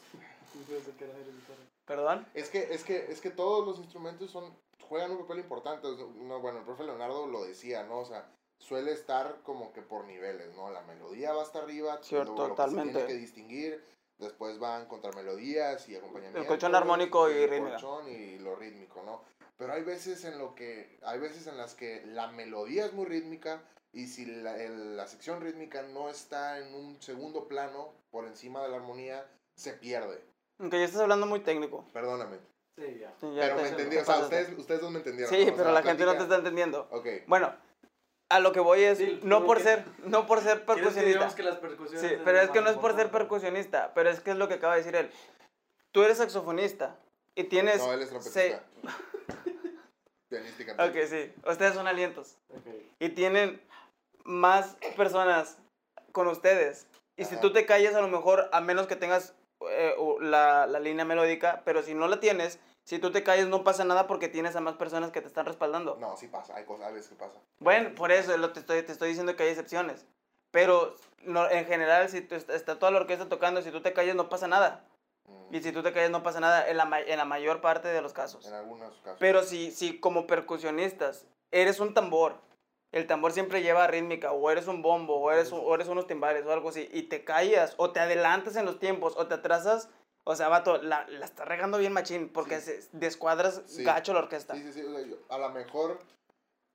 B: ¿Perdón?
A: es que, es que, es que todos los instrumentos son, juegan un papel importante, o sea, no, bueno, el profe Leonardo lo decía, ¿no? O sea, suele estar como que por niveles, ¿no? La melodía va hasta arriba,
B: Cierto,
A: luego lo que se
B: totalmente.
A: tiene que distinguir, después van contramelodías y acompañamiento.
B: El colchón armónico y rítmica.
A: colchón y lo rítmico, ¿no? Pero hay veces en lo que, hay veces en las que la melodía es muy rítmica y si la, el- la sección rítmica no está en un segundo plano por encima de la armonía, se pierde.
B: Aunque ya estás hablando muy técnico.
A: Perdóname.
C: Sí, ya.
B: Sí, ya
A: Pero
B: te-
A: me
B: te
A: entendieron, o sea,
B: pasaste.
A: ustedes, ustedes dos me entendieron.
B: Sí,
A: ¿no? O
B: pero
A: sea,
B: la gente no te está
A: plática-
B: entendiendo.
A: Ok.
B: Bueno, a lo que voy es,
C: Sí,
B: no
C: tú
B: por
C: que-
B: ser, no por ser
C: ¿Quieres que
B: percusionista.
C: digamos que las percusiones
B: Sí,
C: de
B: pero
C: los
B: es que no es por ser
C: marimbondo-
B: percusionista, pero es que es lo que acaba de decir él. Tú eres saxofonista y tienes...
A: No, él es
B: se-
A: trompetista. Pianista y
B: Ok,
A: cantante.
B: sí, ustedes son alientos
C: Ok.
B: y tienen más personas con ustedes. Y si
A: Ajá.
B: tú te callas, a lo mejor, a menos que tengas eh, o la, la línea melódica, pero si no la tienes, si tú te callas no pasa nada porque tienes a más personas que te están respaldando.
A: No, sí pasa, hay cosas, hay veces que pasa.
B: Bueno, por eso lo te, estoy, te estoy diciendo que hay excepciones. Pero no, en general, si tú est- está toda la orquesta tocando, si tú te callas no pasa nada.
A: Mm,
B: Y si tú te callas no pasa nada en la, ma- en la mayor parte de los casos.
A: En algunos casos.
B: Pero si, si como percusionistas eres un tambor, el tambor siempre lleva rítmica, o eres un bombo, o eres, o eres unos timbales o algo así, y te callas, o te adelantas en los tiempos, o te atrasas, o sea, vato, la, la estás regando bien machín, porque se- descuadras
A: Sí.
B: gacho la orquesta.
A: Sí, sí, sí. o sea, yo- a lo mejor,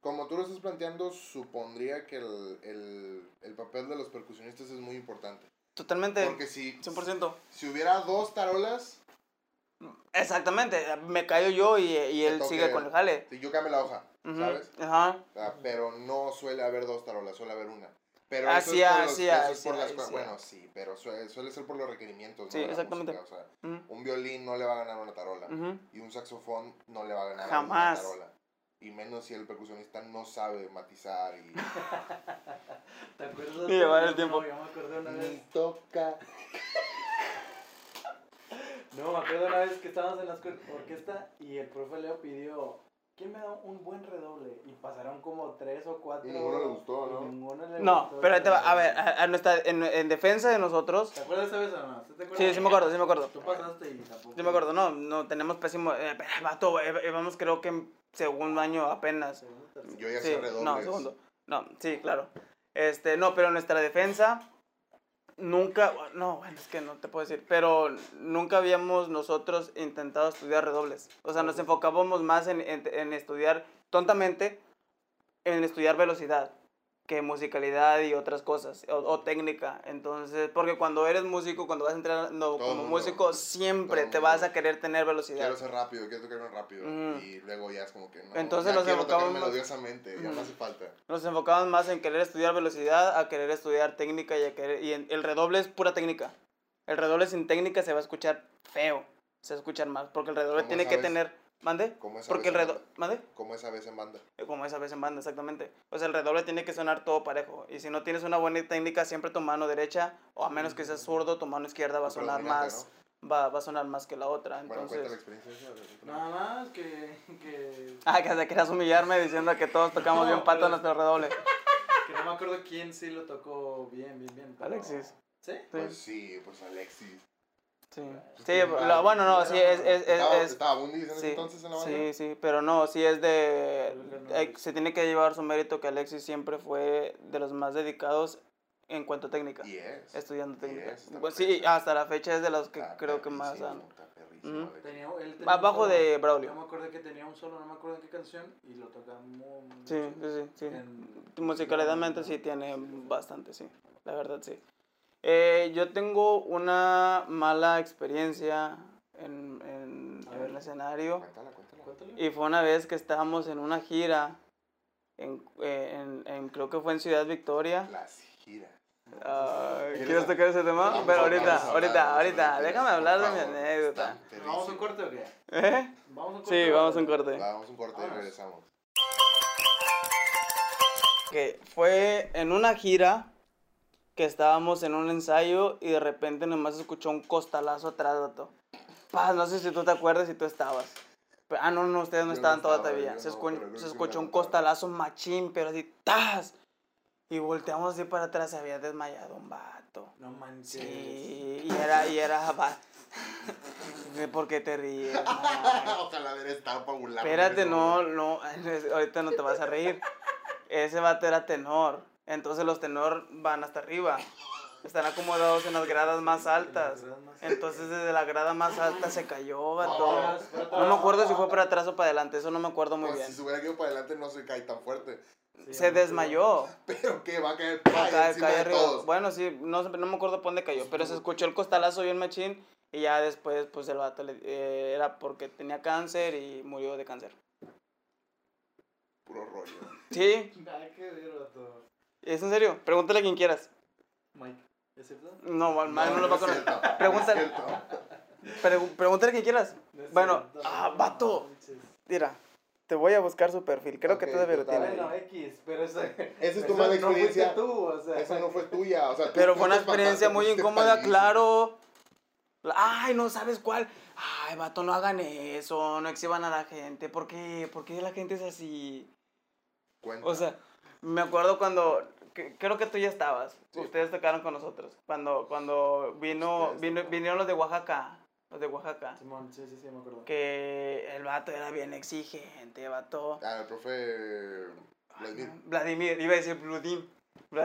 A: como tú lo estás planteando, supondría que el, el, el papel de los percusionistas es muy importante.
B: Totalmente,
A: Porque si,
B: 100%.
A: si hubiera dos tarolas,
B: Exactamente, me callo yo y, y él
A: toque
B: sigue
A: él.
B: con el jale.
A: sí, yo cambio la hoja,
B: Ujú,
A: ¿sabes?
B: Ajá.
A: O sea, Ah, pero no suele haber dos tarolas, suele haber una. Pero
B: Ah,
A: eso
B: sí,
A: es por
B: ah,
A: los-
B: sí,
A: eso
B: ah,
A: es
B: sí,
A: por las
B: ah,
A: cua-
B: sí,
A: Bueno,
B: ah.
A: sí, pero suele, suele ser por los requerimientos. ¿no?
B: Sí,
A: de la
B: exactamente.
A: música, o sea,
B: ujú,
A: un violín no le va a ganar a una tarola.
B: ujú.
A: Y un saxofón no le va a ganar
B: Jamás.
A: a una tarola. Y menos si el percusionista no sabe matizar y...
C: ¿Te acuerdas?
B: Y llevar el
C: No,
B: tiempo.
C: yo me acuerdo una
A: Ni
C: vez.
A: toca.
C: No, me acuerdo una vez que estábamos en la escuel- orquesta y el profe Leo pidió. ¿Quién me da un buen redoble? Y pasaron como tres o cuatro.
A: Y ninguno le gustó,
C: y
A: ¿no?
C: ninguno le
B: No,
C: gustó
B: pero ahí
C: el
B: te va, a
C: redoble.
B: ver, ah. a- a nuestra- en, en defensa de nosotros.
C: ¿Te acuerdas esa vez o no? ¿Sí te acuerdas?
B: Sí, sí me acuerdo, sí me acuerdo.
C: Tú pasaste y tampoco.
B: Yo me acuerdo, no, no, tenemos pésimo. eh, vato, eh, eh, vamos, creo que en segundo año apenas.
C: Segundo, tercero.
A: Yo ya
B: Sí,
A: sé redobles.
B: no, segundo. No, sí, claro. Este, no, pero en nuestra defensa nunca, no, bueno, es que no te puedo decir, pero nunca habíamos nosotros intentado estudiar redobles. O sea, nos enfocábamos más en, en- en estudiar tontamente, en estudiar velocidad que musicalidad y otras cosas, o, o técnica. Entonces, porque cuando eres músico, cuando vas entrando como
A: mundo.
B: músico, siempre
A: Todo
B: te
A: mundo.
B: vas a querer tener velocidad.
A: Quiero ser rápido, quiero tocarme rápido.
B: Ujú.
A: Y luego ya es como que no.
B: Entonces
A: ya
B: nos
A: quiero tocar
B: enfocamos más-
A: melodiosamente, ya
B: Ujú.
A: no hace falta.
B: Nos enfocamos más en querer estudiar velocidad, a querer estudiar técnica y, a querer, y en- el redoble es pura técnica. El redoble sin técnica se va a escuchar feo, se va a escuchar mal, porque el redoble
A: ¿Cómo
B: tiene que
A: sabes?
B: tener... ¿Mande?
A: ¿Cómo es a
B: Porque el
A: veces en
B: redoble...
A: banda?
B: ¿Mande?
A: ¿Cómo es a veces en banda?
B: Eh, Como esa vez en banda, exactamente. O sea, el redoble tiene que sonar todo parejo. Y si no tienes una buena técnica, siempre tu mano derecha, o a menos que
A: Mm.
B: seas zurdo, tu mano izquierda va a sonar
A: Predominante,
B: más, va, va a sonar más que la otra.
A: ¿no? Bueno, cuenta la
B: Entonces...
A: experiencia. esa, de-
C: Nada más que. que
B: Ah, que se querías humillarme diciendo que todos tocamos
C: No,
B: bien pato
C: pero-
B: en nuestro redoble.
C: Que no me acuerdo quién sí lo tocó bien, bien, bien. pero-
B: Alexis.
C: ¿Sí?
A: Pues sí, pues Alexis.
B: Sí,
C: Pues
B: sí
A: que
B: la- bueno, no, sí, es... es, es-
A: ¿Estaba,
B: es-
A: estaba Bundis en ese
B: sí,
A: entonces en la banda?
B: sí, sí, pero no, sí es de...
C: Tal vez ganó
B: eh,
C: Alexis.
B: se tiene que llevar su mérito que Alexis siempre fue de los más dedicados en cuanto a técnica,
A: Y es.
B: estudiando
A: y
B: técnica.
A: es, hasta la
B: Pues sí,
A: fecha.
B: hasta la fecha es de los que
A: Está
B: creo que más
A: perrísimo,
B: han...
A: está perrísimo,
B: Ujú.
A: Alexis.
C: Tenía, él tenía un
B: Abajo
C: solo,
B: de
C: No me
B: Braulio.
C: acuerdo que tenía un solo, no me acuerdo en qué canción. Y lo tocaba muy. muy
B: Sí,
C: chido.
B: sí, sí. sí.
C: En-
B: Musicalmente sí
C: en-
B: tiene
C: sí, sí.
B: bastante, sí. La verdad, sí. Eh, yo tengo una mala experiencia en, en-
C: A
B: en
C: ver.
B: el escenario.
A: Cuéntala, cuéntala.
C: Cuéntale.
B: Y fue una vez que estábamos en una gira, en, en- en- creo que fue en Ciudad Victoria.
A: Las giras.
B: Ah,
A: ¿Quieres
B: ¿Quieres tocar ese tema?
A: Vamos
B: Ah, Pero
A: a-
B: ahorita,
A: vamos a hablar de
B: ahorita,
A: las
B: ahorita,
A: giras,
B: déjame
A: por
B: hablar de mi
A: favor.
B: anécdota.
A: Está
C: ¿Pero ¿Vamos a
A: perrísimo.
C: un corte o qué?
B: ¿Eh?
C: ¿Vamos a un corte?
B: Sí,
C: o-
B: vamos a un corte.
A: Vamos a un corte y
C: Vámonos.
A: regresamos.
B: que fue en una gira que estábamos en un ensayo y de repente nomás se escuchó un costalazo atrás, vato. Paz, no sé si tú te acuerdas si tú estabas. Pe- ah, no, no, ustedes no
A: Yo no
B: estaban
A: estaba,
B: todavía.
A: yo
B: se,
A: no,
B: escu-
A: pero creo
B: se
A: que sí me
B: escuchó un
A: contaron.
B: costalazo machín, pero así, ¡tas! Y volteamos así para atrás, se había desmayado un vato.
C: No manches.
B: Sí, y era, y era, va- ¿Por qué te ríes?
A: Ojalá ver esta para burlarme.
B: Espérate,
A: Eso,
B: no,
A: güey.
B: no, ahorita no te vas a reír. Ese vato era tenor, entonces los tenor van hasta arriba. Están acomodados en las gradas más altas.
C: Las más-
B: Entonces desde la grada más alta se cayó, vato.
A: Oh.
B: No me acuerdo si fue para atrás o para adelante, eso no me acuerdo muy
A: Pues,
B: bien.
A: Si se hubiera quedado para adelante no se cae tan fuerte.
C: Sí,
B: Se desmayó.
A: Pero que va a caer
B: Ah,
A: pa,
B: cae-
A: encima
B: cae
A: de
B: arriba.
A: todos.
B: Bueno, sí, no, sé, no me acuerdo por dónde cayó, pero se escuchó el costalazo bien machín y ya después, pues el vato le- eh, era porque tenía cáncer y murió de cáncer.
A: Puro rollo.
B: Sí,
C: Nada que ver, vato.
B: es en serio, pregúntale a quien quieras.
C: Mike, ¿es cierto?
B: No, mal, mal, no, lo va a
A: es
B: conocer.
A: cierto, no es
B: Pregúntale.
A: cierto.
B: Pregu- pregúntale a quien quieras.
C: No es
B: Bueno,
C: cierto,
B: ah,
C: no
B: vato.
C: manches.
B: Mira, te voy a buscar su perfil, creo que
A: Ok,
B: todavía lo
A: total.
B: tiene.
C: Bueno, X, pero esa,
A: Esa es tu
C: esa
A: mala
C: no fuiste
A: experiencia.
C: tú, o sea,
A: Esa no fue tuya. O sea, tú
B: Pero fue una
A: fuiste papá,
B: experiencia
A: tú
B: muy
A: fuiste
B: incómoda,
A: palillo.
B: claro. Ay, no sabes cuál. Ay, vato, no hagan eso, no exhiban a la gente. ¿Por qué? ¿Por qué la gente es así?
A: Cuenta.
B: O sea, me acuerdo cuando que- creo que tú ya estabas.
A: Sí.
B: Ustedes tocaron con nosotros cuando cuando vino,
A: Ustedes
B: vino
A: tocaron.
B: vinieron los de Oaxaca, los de Oaxaca,
C: Simón, sí, sí, sí, me acuerdo.
B: que el vato era bien exigente, vato.
A: Ah, el profe. Vladimir.
B: Vladimir, iba a decir Bludim.
A: O sea,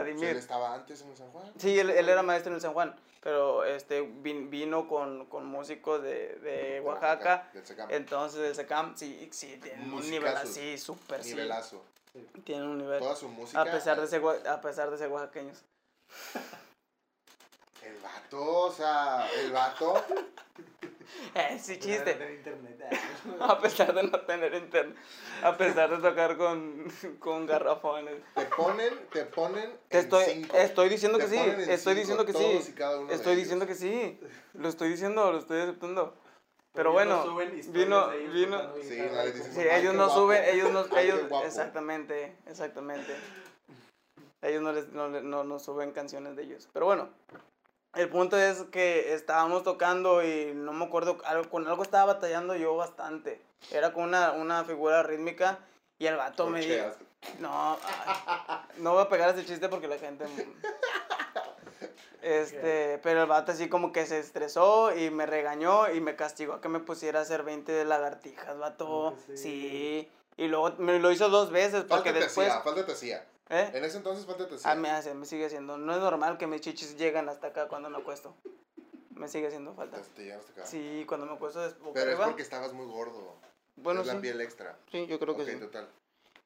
A: Él
B: Vladimir.
A: estaba antes en San Juan.
B: Sí, él, él era maestro en el San Juan, pero este vin- vino con, con músicos de, de Oaxaca.
A: Del Secam.
B: Entonces, de Secam, sí, sí, tienen un nivel
A: Musicazos.
B: así, súper pues sí.
A: Nivelazo.
B: Tienen un nivel.
A: Toda su música.
B: A pesar de ser, gua- a pesar de ser oaxaqueños.
A: El vato, o sea, el vato.
B: Eh, sí,
C: Era
B: chiste.
C: de internet.
B: A pesar de no tener internet. A pesar de tocar con, con garrafones.
A: Te ponen, te ponen.
B: Te
A: en
B: estoy,
A: cinco.
B: estoy diciendo
A: Te
B: que sí.
A: ponen en
B: Estoy
A: cinco
B: diciendo que
A: todos y
B: sí.
A: cada uno de
B: Estoy
A: ellos.
B: diciendo que sí. Lo estoy diciendo, lo estoy aceptando. Pero
C: Ellos
B: bueno,
C: no suben historias
B: vino-
C: de ellos
B: vino-
C: tocando
A: Sí,
C: guitarra,
A: nadie
C: como-
A: dice
B: Sí,
A: Ay,
B: ellos
A: qué
B: no
A: guapo.
B: suben, ellos no,
A: Ay, qué
B: ellos,
A: guapo.
B: exactamente, exactamente. A Ellos no les, no, le- no, no suben canciones de ellos. Pero bueno, el punto es que estábamos tocando y no me acuerdo, algo- con algo estaba batallando yo bastante. Era con una, una figura rítmica y el vato me dijo,
A: Corcheas.
B: no, ay, no voy a pegar ese chiste porque la gente... Este, pero el vato así como que se estresó y me regañó y me castigó a que me pusiera a hacer 20 de lagartijas, vato.
C: Ah, que sí.
B: Sí. Y luego me lo hizo dos veces porque
A: Falta te
B: después...
A: hacía, falta te hacía.
B: ¿eh?
A: En ese entonces falta te hacía.
B: Ah, me hace, me sigue haciendo. No es normal que mis chichis llegan hasta acá cuando me acuesto. Me sigue haciendo falta.
A: Te- te llegaste acá.
B: Sí, cuando me acuesto después.
A: Pero es porque estabas muy gordo.
B: bueno,
A: es
B: sí.
A: la piel extra.
B: Sí, yo creo
A: ok,
B: que sí.
A: total.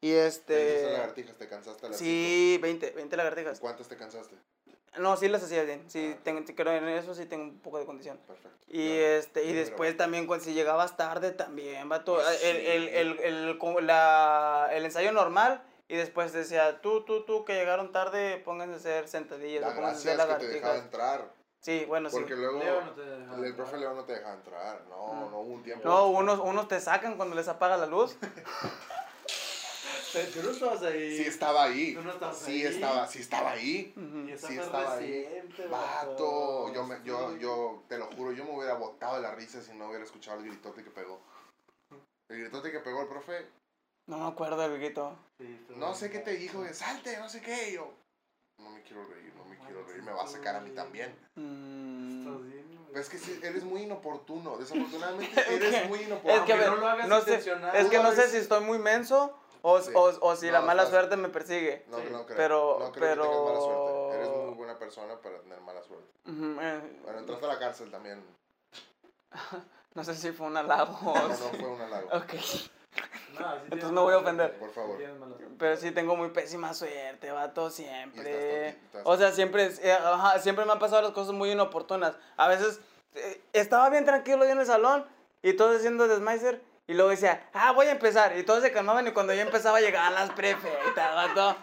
B: Y
A: Te hiciste
B: este...
A: lagartijas, te cansaste a las
B: Sí, 20, 20 lagartijas.
A: cinco. ¿Cuántas te cansaste?
B: No, sí las hacía bien. Sí,
A: Ah.
B: tengo, creo en eso sí tengo un poco de condición.
A: Perfecto.
B: Y
A: Ya.
B: este, y
A: Número
B: después
A: uno.
B: también cuando si llegabas tarde también, vato,
A: Ah,
B: el, el,
A: sí.
B: el, el- como la- el ensayo normal y después decía, tú, tú, tú, que llegaron tarde, pónganse a hacer sentadillas
A: La
B: o pónganse a
A: gracia es
B: hacer
A: que te dejaba
B: lagartijas.
A: entrar.
B: Sí, bueno, sí.
A: Porque luego
C: Leo no te deja
A: el
C: entrar.
A: profe León no te dejaba entrar. No,
B: Mm.
A: no hubo un tiempo.
B: No, unos, unos te sacan cuando les apaga la luz.
C: Pero Tú no estabas ahí.
A: Sí estaba ahí.
C: Tú no estabas
A: Sí
C: ahí.
A: estaba, sí estaba ahí.
B: Ujú.
C: Y esa
A: Sí
C: fue
A: estaba ahí.
C: reciente,
A: Vato, yo, me, yo,
C: Sí.
A: yo te lo juro, yo me hubiera botado de la risa si no hubiera escuchado el gritote que pegó. El gritote que pegó el profe,
B: No me acuerdo del grito.
C: Sí, estuvo
A: no
C: bien
A: sé qué te
C: gacho.
A: dijo, de salte, no sé qué. y yo, no me quiero reír, no me quiero reír, me va a sacar a mí también.
B: Mm.
C: Estás bien, güey.
A: Pero es que sí, eres muy inoportuno, desafortunadamente
B: Es que-
A: eres muy
B: Es que,
A: inoportuno.
B: a
C: Aunque
B: ver,
C: no lo hagas
B: no sé,
C: intencional.
B: es que no sé
A: Pues-
B: si estoy muy menso o,
A: Sí.
B: o, o si
A: No,
B: la mala
A: estás-
B: suerte me persigue.
A: No, no creo.
B: Pero-
A: no creo que tengas mala
B: pero-
A: suerte. Eres muy buena persona para tener mala suerte.
B: Ujú, eh,
A: Bueno, entraste a la cárcel también.
B: No sé si fue un halago.
A: No,
B: o
A: no
B: si-
A: fue un halago.
B: Ok.
C: No, sí tienes
B: me voy a
C: mala
B: ofender.
C: suerte.
A: Por favor.
C: Sí tienes mala suerte.
B: Pero sí tengo muy pésima suerte, vato,
A: Y estás
B: siempre.
A: tonti- estás-
B: O sea, siempre, es- eh, ajá, siempre me han pasado las cosas muy inoportunas. A veces eh, estaba bien tranquilo yo en el salón y todos haciendo desmaizer y luego decía, ah, voy a empezar. Y todos se calmaban y cuando yo empezaba llegaban las prefectas, vato.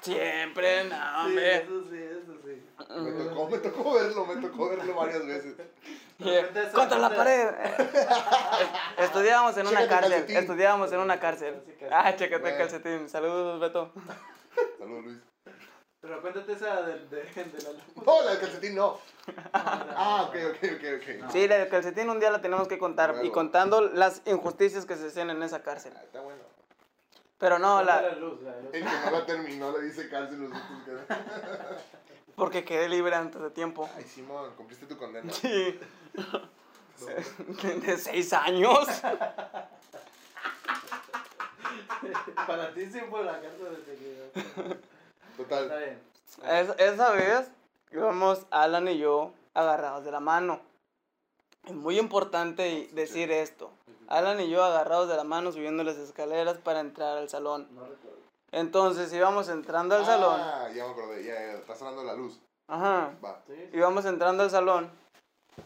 B: Siempre, no,
C: Sí,
B: hombre.
C: eso sí, eso sí.
A: Me
B: mm.
A: tocó, me tocó verlo, me tocó verlo varias veces.
B: Y, eh, Contra la pared. estudiábamos en una
A: Chécate el
B: cárcel,
A: calcetín.
B: estudiábamos en una cárcel. Ah, chécate el calcetín. Saludos, Beto.
A: Saludos, Luis.
C: Pero cuéntate esa del de, de la luz.
A: No, la del calcetín no. Ah,
C: Ah,
A: ok, ok, ok, ok.
B: Sí, la del calcetín un día la tenemos que contar y
A: Luego.
B: contando las injusticias que se hacen en esa cárcel.
A: Ah, está bueno.
B: Pero no, la,
C: La luz, la luz.
A: El que no la terminó le dice cárcel los otros. que-
B: porque quedé libre antes de tiempo.
A: Ay, Simón, cumpliste tu condena.
B: Sí. De seis años.
C: Para ti sí fue la carta de seguridad. Está
A: Total.
C: bien.
B: Es- esa vez íbamos Alan y yo agarrados de la mano. Es muy
A: Ah,
B: importante y- decir esto. Alan y yo agarrados de la mano subiendo las escaleras para entrar al salón.
C: No recuerdo.
B: Entonces íbamos entrando al salón.
A: Ah, ya me acordé, ya, ya, está sonando la luz.
B: Ajá.
A: Va.
C: Sí, sí.
B: Íbamos entrando al salón.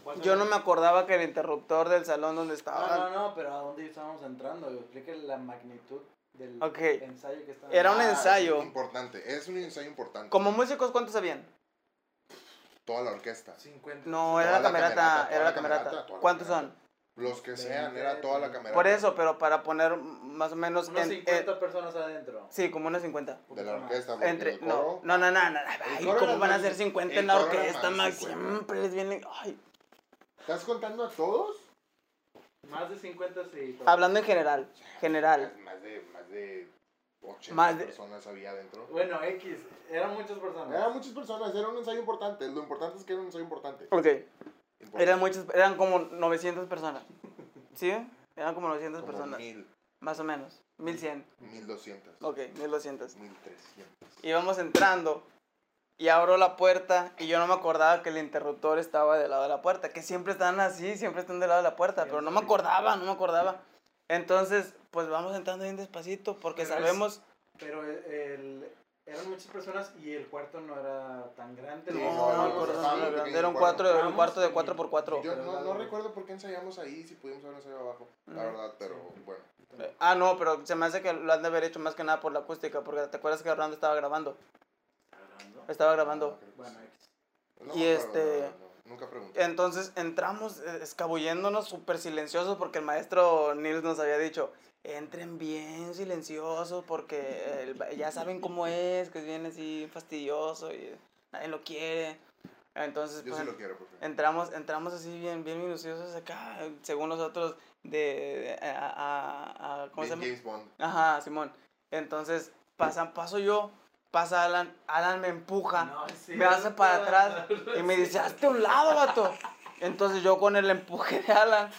C: ¿Cuál
B: Yo
C: era?
B: no me acordaba que el interruptor del salón donde
C: No,
B: estaba.
C: no, no, pero ¿a dónde estábamos entrando? Explique la magnitud del
B: Ok.
C: ensayo que estaba
B: Era un
A: Ah, es
B: ensayo.
A: importante, es un ensayo importante.
B: Como músicos, ¿cuántos sabían?
A: Toda la orquesta.
C: 50.
B: No, era
A: Toda
B: la
A: la camerata,
B: camerata,
A: toda
B: era
A: la
B: la camerata.
A: camerata, toda la
B: ¿Cuántos son?
A: camerata. Los que sean,
C: Veinte,
A: era toda la
C: treinta.
A: cámara.
B: Por eso, pero para poner más o menos...
C: Unos
B: en-
C: 50
B: eh,
C: personas adentro.
B: sí, como unas 50.
A: De la orquesta. porque
B: Entre,
A: el
B: no,
A: coro-
B: no, no, no, no,
A: El
B: ay,
A: coro
B: ¿cómo
A: era
B: van a
A: más-
B: ser 50
A: el
B: en la
A: coro era
B: orquesta,
A: más
B: Max?
A: 50.
B: Siempre les viene, ay.
A: ¿Estás contando a todos?
C: Más de 50 sí.
B: Hablando en general, general,
A: Más- Más de, más de 80
B: Más de-
A: personas había adentro.
C: Bueno, X, eran muchas personas.
A: Eran muchas personas, era un ensayo importante. Lo importante es que era un ensayo importante.
B: ok,
A: Importante.
B: eran muchas, eran como 900 personas, ¿sí? Eran como 900
A: Como
B: personas,
A: Mil,
B: más o menos, 1100,
A: mil doscientas.
B: ok, 1200.
A: Mil trescientas.
B: íbamos entrando y abro la puerta y yo no me acordaba que el interruptor estaba del lado de la puerta, que siempre están así, siempre están del lado de la puerta, pero no me acordaba, no me acordaba. Entonces, pues vamos entrando bien despacito porque
C: Pero es-
B: sabemos,
C: Pero el, el- eran muchas personas y el cuarto no era tan grande.
A: Sí, no,
B: no, no,
A: no,
B: perdón,
A: estaba muy
B: era-
A: pequeño,
B: era un
A: cuarto.
B: cuatro, un
C: Entramos
B: cuarto de
C: y-
B: 4 por 4
A: Yo no, no
C: Pero-
A: recuerdo por qué ensayamos ahí, si pudimos haber ensayado abajo. La
B: Ujú.
A: verdad, pero bueno.
B: Ah, no, pero se me hace que lo han de haber hecho más que nada por la acústica, porque te acuerdas que Orlando estaba grabando,
C: Hablando.
B: estaba grabando.
A: creo que
C: Bueno,
A: sí.
C: X.
A: No
B: Y
A: me
B: este-
A: acuerdo, no, no, no, nunca pregunté.
B: Entonces entramos eh, escabulléndonos súper silenciosos porque el maestro Nils nos había dicho, entren bien silenciosos porque eh, el ba- ya saben cómo es, que es bien así fastidioso y nadie lo quiere. Entonces
A: Yo
B: pues,
A: sí lo quiero, profe.
B: entramos, entramos así bien, bien minuciosos acá, según nosotros, de... de- a- a- a- ¿Cómo se
A: Bien
B: llama?
A: James Bond.
B: Ajá, Simón. Entonces pasan, paso yo, pasa Alan, Alan me empuja
C: No, sí,
B: me hace
C: no
B: para
C: puedo
B: atrás
C: hablar.
B: y me dice, "Ah, hazte a un lado, vato. Entonces yo con el empuje de Alan,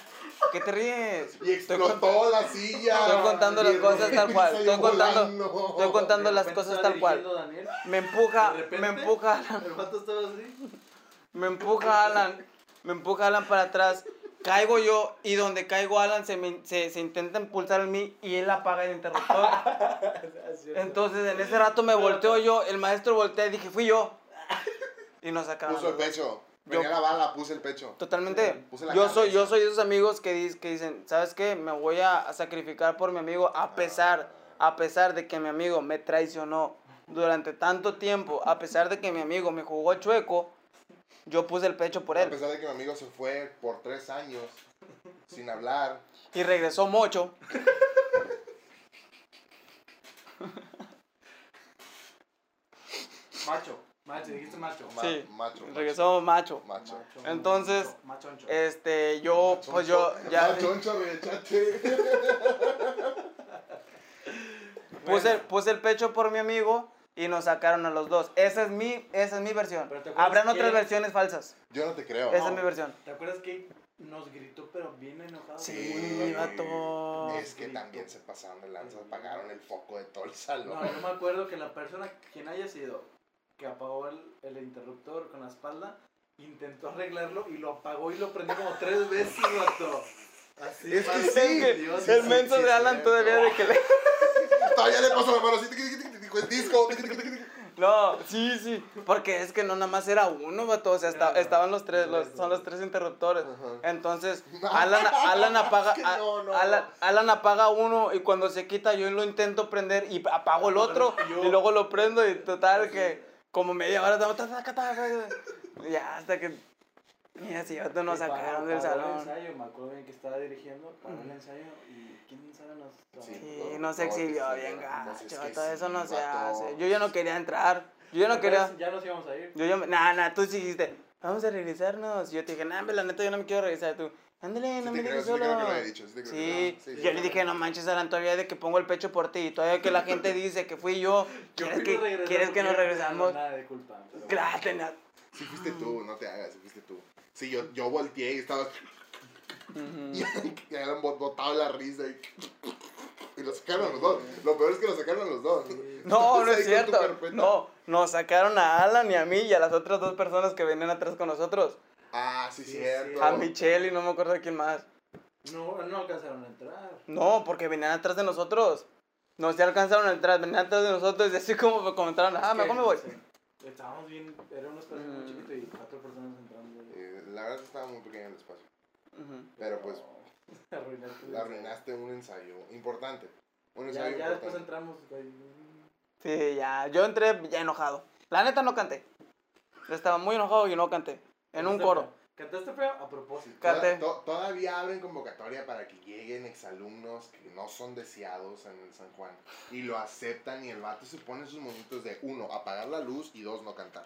B: ¿qué te ríes?
A: Y
B: Estoy
A: explotó la silla.
B: estoy contando
A: Y
B: las
A: el
B: cosas tal cual,
A: salió
B: estoy contando-
A: volando.
B: estoy contando las
C: De repente
B: cosas
C: estaba
B: tal cual.
C: dirigiendo Daniel,
B: Me empuja,
C: De repente-
B: me empuja Alan,
C: El vato estaba así.
B: me empuja Alan, me empuja Alan para atrás. Caigo yo y donde caigo Alan se, me- se, se intenta impulsar en mí y él apaga el interruptor. Entonces en ese rato me volteo yo, el maestro voltea y dije, fui yo. Y nos sacaron.
A: Puso el
B: los dos.
A: pecho.
B: Yo-
A: Venía la bala, puse el pecho.
B: Totalmente.
A: Puse la
B: Yo
A: cara,
B: soy,
A: ¿no?
B: yo soy de esos amigos que, dis- que dicen, ¿sabes qué? Me voy a, a sacrificar por mi amigo a pesar, a pesar de que mi amigo me traicionó durante tanto tiempo, a pesar de que mi amigo me jugó chueco, yo puse el pecho por
A: A
B: él.
A: pesar de que mi amigo se fue por tres años sin hablar.
B: Y regresó mocho.
C: Macho. Macho, dijiste macho.
A: ma-
B: Sí,
A: macho. macho,
B: Regresó macho.
A: Macho.
B: Entonces,
C: Machoncho.
B: Este, yo,
A: Machoncho.
B: pues yo, ya
A: Machoncho, rechate.
B: puse, puse el pecho por mi amigo y nos sacaron a los dos. Esa es mi, esa es mi versión.
C: Pero te acuerdas
B: Habrán
C: que-
B: otras versiones falsas.
A: Yo no te creo.
B: Esa es mi versión.
C: ¿Te acuerdas que nos gritó pero bien enojado?
B: Sí, vato.
A: Es que también se pasaron de lanza, apagaron el foco de todo el salón.
C: No, yo me acuerdo que la persona, quien haya sido, que apagó el, el interruptor con la espalda, intentó arreglarlo y lo apagó y lo prendió como tres veces, vato. Así
A: Es que
C: vato,
A: sí,
C: Dios,
B: el
C: sí,
B: menso
C: sí,
B: de
C: sí,
B: Alan
C: sí.
B: todavía de que le...
A: Todavía le pasó la mano así, tic, tic, tic, tic, dijo, el disco. tic, tic, tic, tic.
B: No, sí, sí. Porque es que no nada más era uno, vato. O sea, esta-
C: Era-
B: estaban los tres, los,
C: era-
B: son los tres interruptores.
A: Ajá.
B: Entonces,
A: No.
B: Alan, Alan apaga.
A: Es que no, no,
B: Alan,
A: no.
B: Alan apaga uno y cuando se quita yo lo intento prender y apago el otro
C: Yo-
B: y luego lo prendo y total que como media hora estamos, tac, tac, tac, tac, ya hasta que mira si vato nos
C: Y paró-
B: sacaron del
C: paró El
B: salón.
C: ensayo, me acuerdo bien que estaba dirigiendo, paró el
B: Ujú.
C: ensayo y quién sabe nos...
A: Sí.
B: Y nos
A: No,
B: exhibió
A: pues,
B: bien
A: no, pues, es
B: gacho,
A: que
B: todo
A: sí,
B: eso no se
A: vato.
B: hace. Yo ya no quería entrar. Yo ya no
C: Entonces,
B: quería
C: Ya nos íbamos a ir.
B: Yo ya me, nah, nah, tú sí dijiste, vamos a regresarnos. Yo te dije, nah, hombre, la neta, yo no me quiero regresar. Tú, ándale,
A: Sí
B: no
A: te
B: me
A: creo,
B: dejes
A: sí te
B: solo.
A: creo que lo he dicho, sí te creo que
B: Sí,
A: lo- sí, sí.
B: yo le dije, no manches, Alan, todavía de que pongo el pecho por ti. Todavía que la gente dice que fui yo. ¿Quieres,
C: Yo
B: que,
C: quiero regresar
B: ¿quieres que
C: porque
B: nos
C: yo no tengo
B: regresamos?
C: Nada de culpa. pero-
B: Claro, tenía-
A: Sí fuiste tú, no te hagas, sí fuiste tú. Sí, yo, yo volteé y estaba...
B: Ujú.
A: Y Alan botaba la risa y... Y lo sacaron a los dos. Lo peor es que lo sacaron a los dos.
B: No, no
A: Ahí
B: es
A: con tu
B: cierto.
A: carpeta.
B: No, nos sacaron a Alan y a mí y a las otras dos personas que venían atrás con nosotros.
A: Ah, sí,
C: Sí,
A: cierto.
C: sí.
B: A Michelle y no me acuerdo quién más.
C: No, no alcanzaron a entrar.
B: No, porque venían atrás de nosotros. No se alcanzaron a entrar, venían atrás de nosotros y así como me comentaron, ah,
C: Es que,
B: mejor me voy.
C: no sé, Estábamos bien, era un espacio
B: Mm.
C: muy chiquito y cuatro personas entrando.
A: Eh, La verdad estaba muy pequeño el espacio.
B: Ujú.
A: Pero pues
C: Arruinaste.
A: la arruinaste un ensayo importante. Un
C: Ya,
A: ensayo
C: ya después
A: importante.
C: entramos. güey.
B: Sí, ya, yo entré ya enojado. La neta no canté. Yo Estaba muy enojado y no canté. En un
C: Cantaste
B: coro.
C: feo. Cantaste feo a propósito.
B: Ca-
A: Toda-
B: Cate.
A: to- todavía abren convocatoria para que lleguen exalumnos que no son deseados en el San Juan y lo aceptan y el vato se pone sus monitos de uno, apagar la luz y dos, no cantar.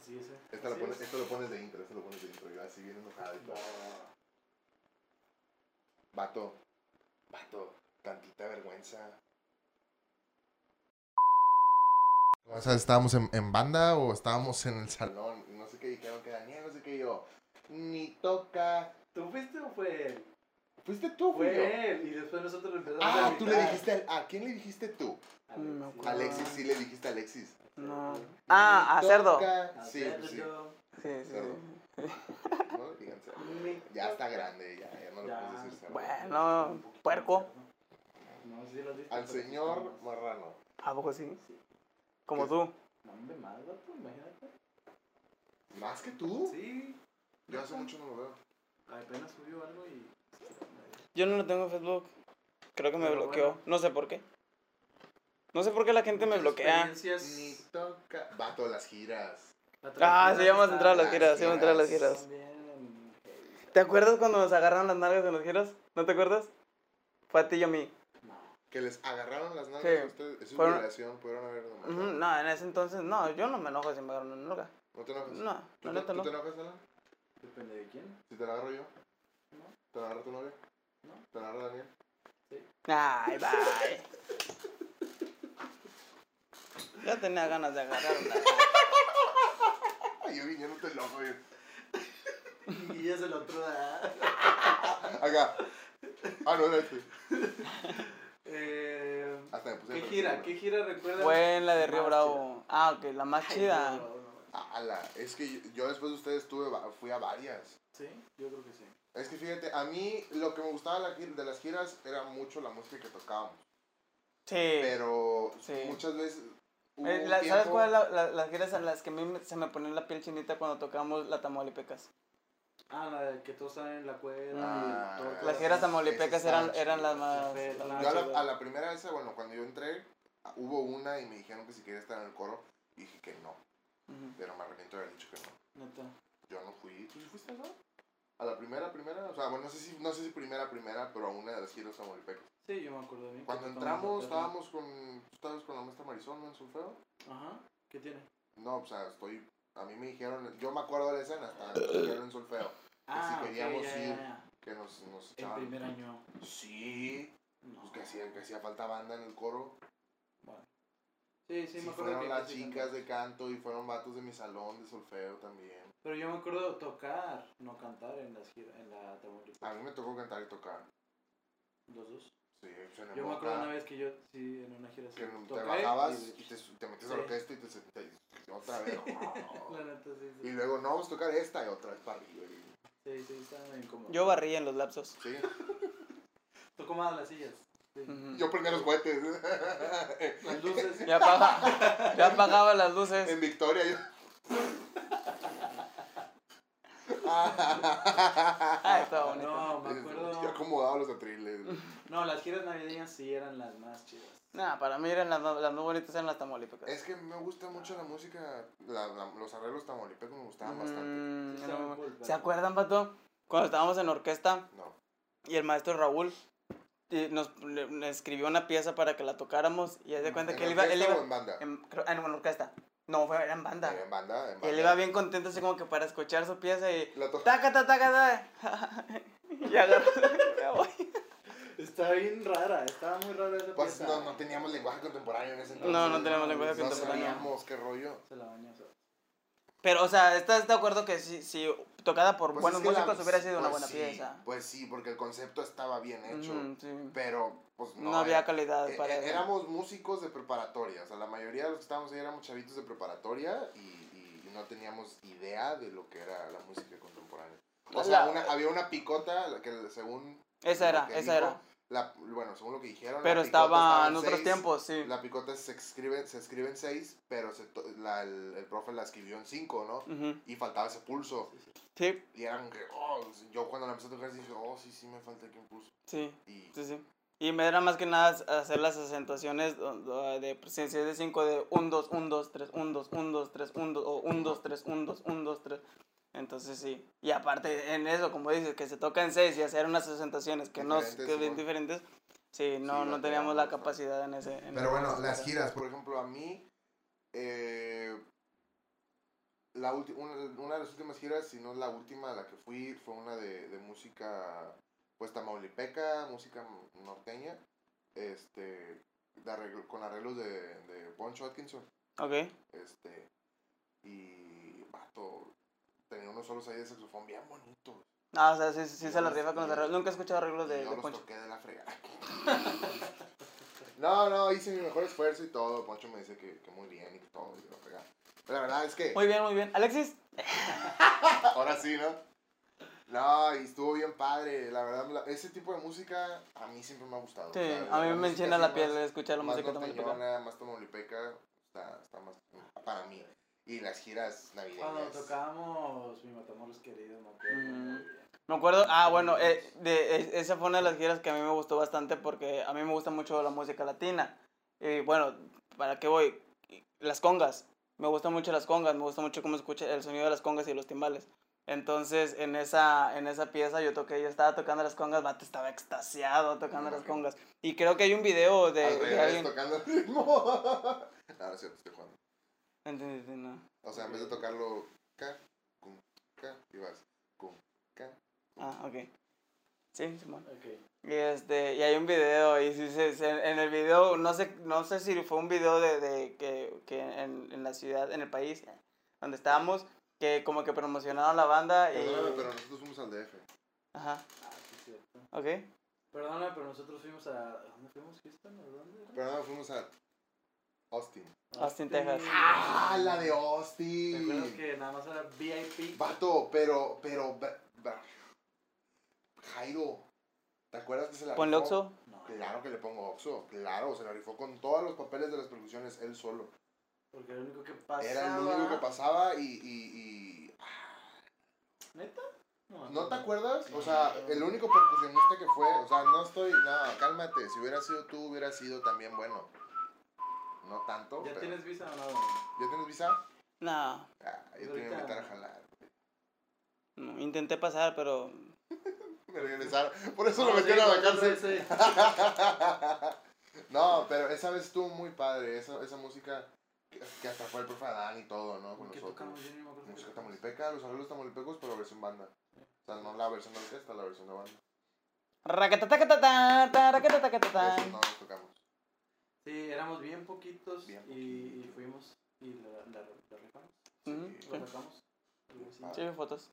C: Así es. eh.
A: Esta lo
C: Así
A: pones,
C: es.
A: esto lo pones de intro, esto lo pones de intro, yo así bien enojado y todo.
C: Va.
A: Vato, vato, tantita vergüenza. O sea, ¿estábamos en, en banda o estábamos en el salón? No sé qué dijeron que Daniel, no sé qué yo. Ni toca.
C: ¿Tú fuiste o fue él?
A: Fuiste tú, güey.
C: Fue él. Y después nosotros lo empezamos a
A: Ah, tú le
C: imitar.
A: dijiste al- ¿A quién le dijiste tú?
B: Mm, me acuerdo.
A: Alexis, sí le dijiste a Alexis.
B: No.
C: Ni
B: Ah, a
A: Ni
B: cerdo.
A: toca-
C: A
A: Sí,
C: cerdo.
A: pues sí.
B: Sí, sí,
A: Cerdo.
B: sí.
A: No, digan cerdo.
C: Ni
A: Ya está grande, ya, ya no lo
C: Ya.
A: puedes decir cerdo.
B: Bueno. Eh, No, puerco.
C: No, sí lo diste,
A: Al
C: pero sí
A: señor
C: está más.
A: Marrano.
B: ¿A poco sí?
C: Sí.
B: Como
A: ¿Qué?
B: tú.
C: No, hombre, más, vato, imagínate.
A: ¿Más que tú?
C: Sí.
A: Yo hace mucho no lo veo.
C: Apenas subió algo y.
B: Yo no lo tengo en Facebook. Creo que me
C: Pero
B: bloqueó.
C: bueno.
B: No sé por qué. No sé por qué la gente me
C: Tus
B: bloquea.
C: experiencias-
A: Ni toca. Vato, las giras.
B: Ah,
C: la
B: sí,
C: tranquilidad
B: vamos a entrar a las
A: Ah,
B: giras, sí, vamos a entrar a las
A: sí,
B: giras.
C: También, eh,
B: ¿Te acuerdas cuando nos agarraron las nalgas en los giras? ¿No te acuerdas? Fue a ti y a mí.
C: no.
A: Que les agarraron las nalgas
B: Sí.
A: a ustedes. Es una
B: Fueron-
A: violación, pudieron haber nomás.
B: Ujú, No, en ese entonces, no, yo no me enojo si me agarran una nalga.
A: ¿No te enojas?
B: No,
A: ¿Tú,
B: la
A: te,
B: neta
A: tú
B: no.
A: te enojas, Alan?
C: Depende de quién.
A: ¿Si te la agarro yo?
C: No.
A: ¿Te la agarra tu novia?
C: No.
A: ¿Te la agarra Daniel?
B: Ay, bye. Ya tenía ganas de agarrar una.
A: Ay, yo, yo no te enojo, yo.
C: Y es el otro.
A: Acá. Ah, no, era este.
C: eh,
A: Hasta me puse
C: ¿Qué
A: en
C: gira?
A: perspectiva.
C: ¿Qué gira recuerdas?
B: Fue en la de Río
C: Más
B: Bravo. Ah, ok, la más
C: Ay,
B: chida.
C: no, no, no.
A: Ah, ala, es que yo, yo después de ustedes tuve, va- fui a varias.
C: Sí, yo creo que sí.
A: Es que fíjate, a mí lo que me gustaba la gir- de las giras era mucho la música que tocábamos.
B: Sí.
A: Pero
B: Sí.
A: muchas veces. hubo
B: Eh,
A: un
B: la- ¿Sabes
A: tiempo-
B: cuál es la- la- las giras en las que a mí me- se me ponía la piel chinita cuando tocamos la Tamaulipecas?
C: Ah, la de que todos están en la cuerda.
A: Ah,
C: y todo el
B: Las
A: Esas-
B: giras
C: pedazo.
B: Tamaulipecas
A: esas
B: eran,
A: estaban
B: eran las
C: chidas.
B: más...
C: Sí,
B: las
C: la-
B: más
A: Yo a la,
B: chidas.
A: a la primera esa, bueno, cuando yo entré, ah, hubo una y me dijeron que si quería estar en el coro. Y dije que no,
B: Ujú.
A: pero me arrepiento de haber dicho que no.
C: Neta.
A: Yo no fui. ¿Tú sí fuiste no? A la primera, primera. O sea, bueno, no sé si, no sé si primera, primera, pero a una de las giras a Molipecos.
C: Sí, yo me acuerdo de mí.
A: Cuando entramos, estábamos con. ¿Tú estabas con la maestra Marisol, no? En su feo.
C: Ajá. ¿Qué tiene?
A: No, o sea, estoy. A mí me dijeron. Yo me acuerdo de la escena, estaba me dijeron en solfeo.
C: Ah,
A: si
C: ok,
A: queríamos
C: ya, ya,
A: ir.
C: ya.
A: Que nos, nos
C: El
A: echaban.
C: primer año.
A: Sí.
C: No.
A: Pues que hacía, que hacía falta banda en el coro. Sí,
C: Sí, sí, me acuerdo
A: fueron
C: que
A: las
C: que sí
A: chicas de canto y fueron vatos de mi salón de solfeo también.
C: Pero yo me acuerdo tocar, no cantar en las gira- en la Tamaulipas.
A: A mí me tocó cantar y tocar.
C: Los dos.
A: Sí, se me
C: Yo me acuerdo
A: nota
C: una vez que yo, sí, en una gira sí,
A: Que te
C: toqué
A: bajabas
C: y-
A: y te, su- te metías
C: Sí.
A: al orquesta y te sentías y otra vez. oh.
C: La neta, sí,
A: y
C: sí.
A: luego, no, vamos a tocar esta y otra vez para arriba. y-
C: Sí, sí, estaba bien cómodo.
B: Yo barría en los lapsos.
A: Sí.
C: Tocó más las sillas. Sí.
B: Ujú.
A: Yo prendía los cohetes.
C: Las luces.
B: Mm. Ya apagaba, ya apagaba las luces.
A: en Victoria yo.
B: Ah, estaba bonito.
C: No, me
A: Yo
C: acuerdo.
A: acomodaba los atriles.
C: No, las giras navideñas sí eran las más chidas.
B: Nah, para mí eran las, más- las más bonitas eran las Tamaulipecas.
A: Es que me gusta mucho la música, la- la- los arreglos tamaulipecos me gustaban bastante.
B: Mm,
C: Sí,
B: era muy
C: estaban
B: bueno.
C: cool,
B: ¿Se
C: pero-
B: acuerdan, Pato? Cuando estábamos en orquesta
A: No.
B: y el maestro Raúl eh, nos le- le escribió una pieza para que la tocáramos y haz de cuenta
A: Mm, ¿En
B: que él iba, él
A: orquesta
B: iba
A: o en banda?
B: en, creo- ah, no, en orquesta. No, fue, era en banda.
A: En banda, en
B: Y él
A: banda.
B: iba bien contento así como que para escuchar su pieza y...
A: La to-
B: ¡Taca, taca, taca! taca! y agarró... me voy.
C: Estaba bien rara, estaba muy rara esa
A: Pues
C: pieza.
A: no, no teníamos lenguaje contemporáneo en ese entonces.
B: No, no teníamos lenguaje
A: No
B: contemporáneo.
A: sabíamos qué rollo.
C: Se la bañó. o sea,
B: Pero, o sea, ¿estás de acuerdo que si, si tocada por
A: Pues
B: buenos
A: es que la-
B: músicos hubiera sido una
A: pues
B: buena
A: sí,
B: pieza?
A: Pues sí, porque el concepto estaba bien hecho.
B: Ujú, sí.
A: Pero, pues no.
B: No había
A: era-
B: calidad
A: eh,
B: para
A: eh,
B: eso.
A: Éramos músicos de preparatoria. O sea, la mayoría de los que estábamos ahí éramos chavitos de preparatoria y, y- y no teníamos idea de lo que era la música contemporánea. O sea,
B: La-
A: una- había una picota la que según.
B: Esa
A: lo
B: era,
A: que dijo,
B: esa era.
A: la- bueno, según lo que dijeron.
B: Pero
A: la picota
B: estaba en
A: en
B: otros
A: pues, seis,
B: tiempos, sí.
A: La picota se escribe, se escribe en 6, pero se to- la- el, el profe la escribió en 5, ¿no?
B: Ujú.
A: Y faltaba ese pulso.
B: Sí,
A: Y eran que, oh, yo cuando la empecé a tocar dije, oh, sí, sí, me falta aquí un pulso.
B: sí,
A: Y
B: sí, sí. Y me era más que nada hacer las acentuaciones do- do- de presencia de 5 de 1, 2, 1, 2, 3, 1, 2, 1, 2, 3, 1, 2, o 1, 2, 3, 1, 2, 1, 2, 3. Entonces sí. Y aparte en eso, como dices, que se toca en 6 y hacer unas acentuaciones que no
A: Diferentes,
B: que
A: Simón.
B: diferentes. Sí,
A: no
B: no, no
A: te damos
B: teníamos la
A: esa.
B: capacidad en ese. en
A: Pero bueno,
B: ese-
A: las giras, por ejemplo, a mí, eh, la ulti- una, una de las últimas giras, si no la última a la que fui, fue una de, de música, pues tamaulipeca, música norteña, este, de arreglo- con arreglos de, de Poncho Atkinson,
B: Ok.
A: este, y, vato, tenía unos solos ahí de saxofón bien bonitos.
B: Ah, o sea, sí, sí, sí
A: Y
B: se la
A: los-
B: rifa con los
A: y-
B: arreglos. Nunca he escuchado arreglos de,
A: yo
B: de
A: los
B: Poncho.
A: toqué de la fregada. no, no, hice mi mejor esfuerzo y todo. Poncho me dice que, que muy bien y que todo. Y la fregada. Pero la verdad es que
B: Muy bien, muy bien. Alexis,
A: ahora sí, ¿no? No, y estuvo bien padre. La verdad, la- ese tipo de música a mí siempre me ha gustado.
B: sí,
A: o sea,
B: a mí
A: la
B: me
A: música
B: enchina
A: así
B: la
A: más-
B: piel escuchar la
A: más
B: música de Poncho.
A: norteñona, más tamaulipeca. Está, está más para mí. Y las giras navideñas.
C: Cuando tocábamos Mi Matamoros Querido, me acuerdo
B: Ujú.
C: muy bien.
B: Me acuerdo, ah, bueno, eh, de, es- esa fue una de las giras que a mí me gustó bastante porque a mí me gusta mucho la música latina. Y bueno, ¿para qué voy? Las congas. Me gustan mucho las congas, me gusta mucho cómo escucha el sonido de las congas y los timbales. Entonces, en esa, en esa pieza yo toqué, yo estaba tocando las congas, vato, estaba extasiado tocando las
A: imagino.
B: congas. Y creo que hay un video de,
A: Al
B: de
A: revés,
B: alguien.
A: tocando el ritmo. no, no es cierto, estoy jugando.
B: Entendí, entendí, no.
A: O sea, en vez de tocarlo K, cum, K, y vas cum, K.
B: Ah, ok. Sí, Simón.
C: Ok.
B: Y este, y hay un video, y sí, se- se- en el video, no sé, no sé si fue un video de, de que, que en, en la ciudad, en el país eh, donde estábamos, que como que promocionaron la banda y...
C: Eh.
A: Perdóname, pero nosotros fuimos al DF.
B: Ajá,
C: Ah, sí, es cierto.
B: ok.
C: Perdóname, pero nosotros fuimos a. ¿a ¿Dónde fuimos? ¿Houston? ¿A dónde? era?
A: Perdóname, fuimos a Austin.
B: Austin, Texas.
A: ¡Ah, la de
C: ¿Te acuerdas
A: Austin!
C: que nada más era VIP?
A: Vato, pero, pero, ba- ba- Jairo, ¿te acuerdas que se la
B: Ponle
A: rifó?
B: Oxo.
C: No,
A: Claro que le pongo Oxo, claro, se la rifó con todos los papeles de las percusiones, él solo.
C: porque era lo único que pasaba.
A: Era el único que pasaba y, y, y...
C: ¿Neta? me
A: ¿No te
C: acuerdo.
A: acuerdas? O sea, el único percusionista que fue, o sea, no estoy, no, cálmate, si hubiera sido tú, hubiera sido también bueno. No tanto,
C: ¿Ya
A: pero-
C: tienes visa o no?
A: ¿Ya tienes visa?
B: No,
A: Ah, yo
C: Pero
A: te iba a
C: ahorita-
A: invitar a jalar.
B: no, intenté pasar, pero...
A: Me regresaron, por eso lo
C: No,
A: metieron a la
C: sí, otra
A: cárcel.
C: vez, sí.
A: no, pero esa vez estuvo muy padre, esa, esa música que, que hasta fue el profe Adán y todo, ¿no? Con
C: ¿Por qué
A: nosotros.
C: tocamos? Yo ni me acuerdo.
A: Música
C: qué
A: tamaulipeca, los arreglos tamaulipecos, pero versión banda. O sea, no la versión de orquesta, la versión de banda.
B: Racatatacatatán, racatatacatatán.
A: Eso no nos tocamos.
C: Sí, éramos bien poquitos
A: Bien
C: y,
A: poquitos.
C: y fuimos y la, la, la rifamos,
B: Ujú,
A: Sí.
C: la
B: sí.
C: sacamos. algo así.
A: Ah.
B: Sí, fotos.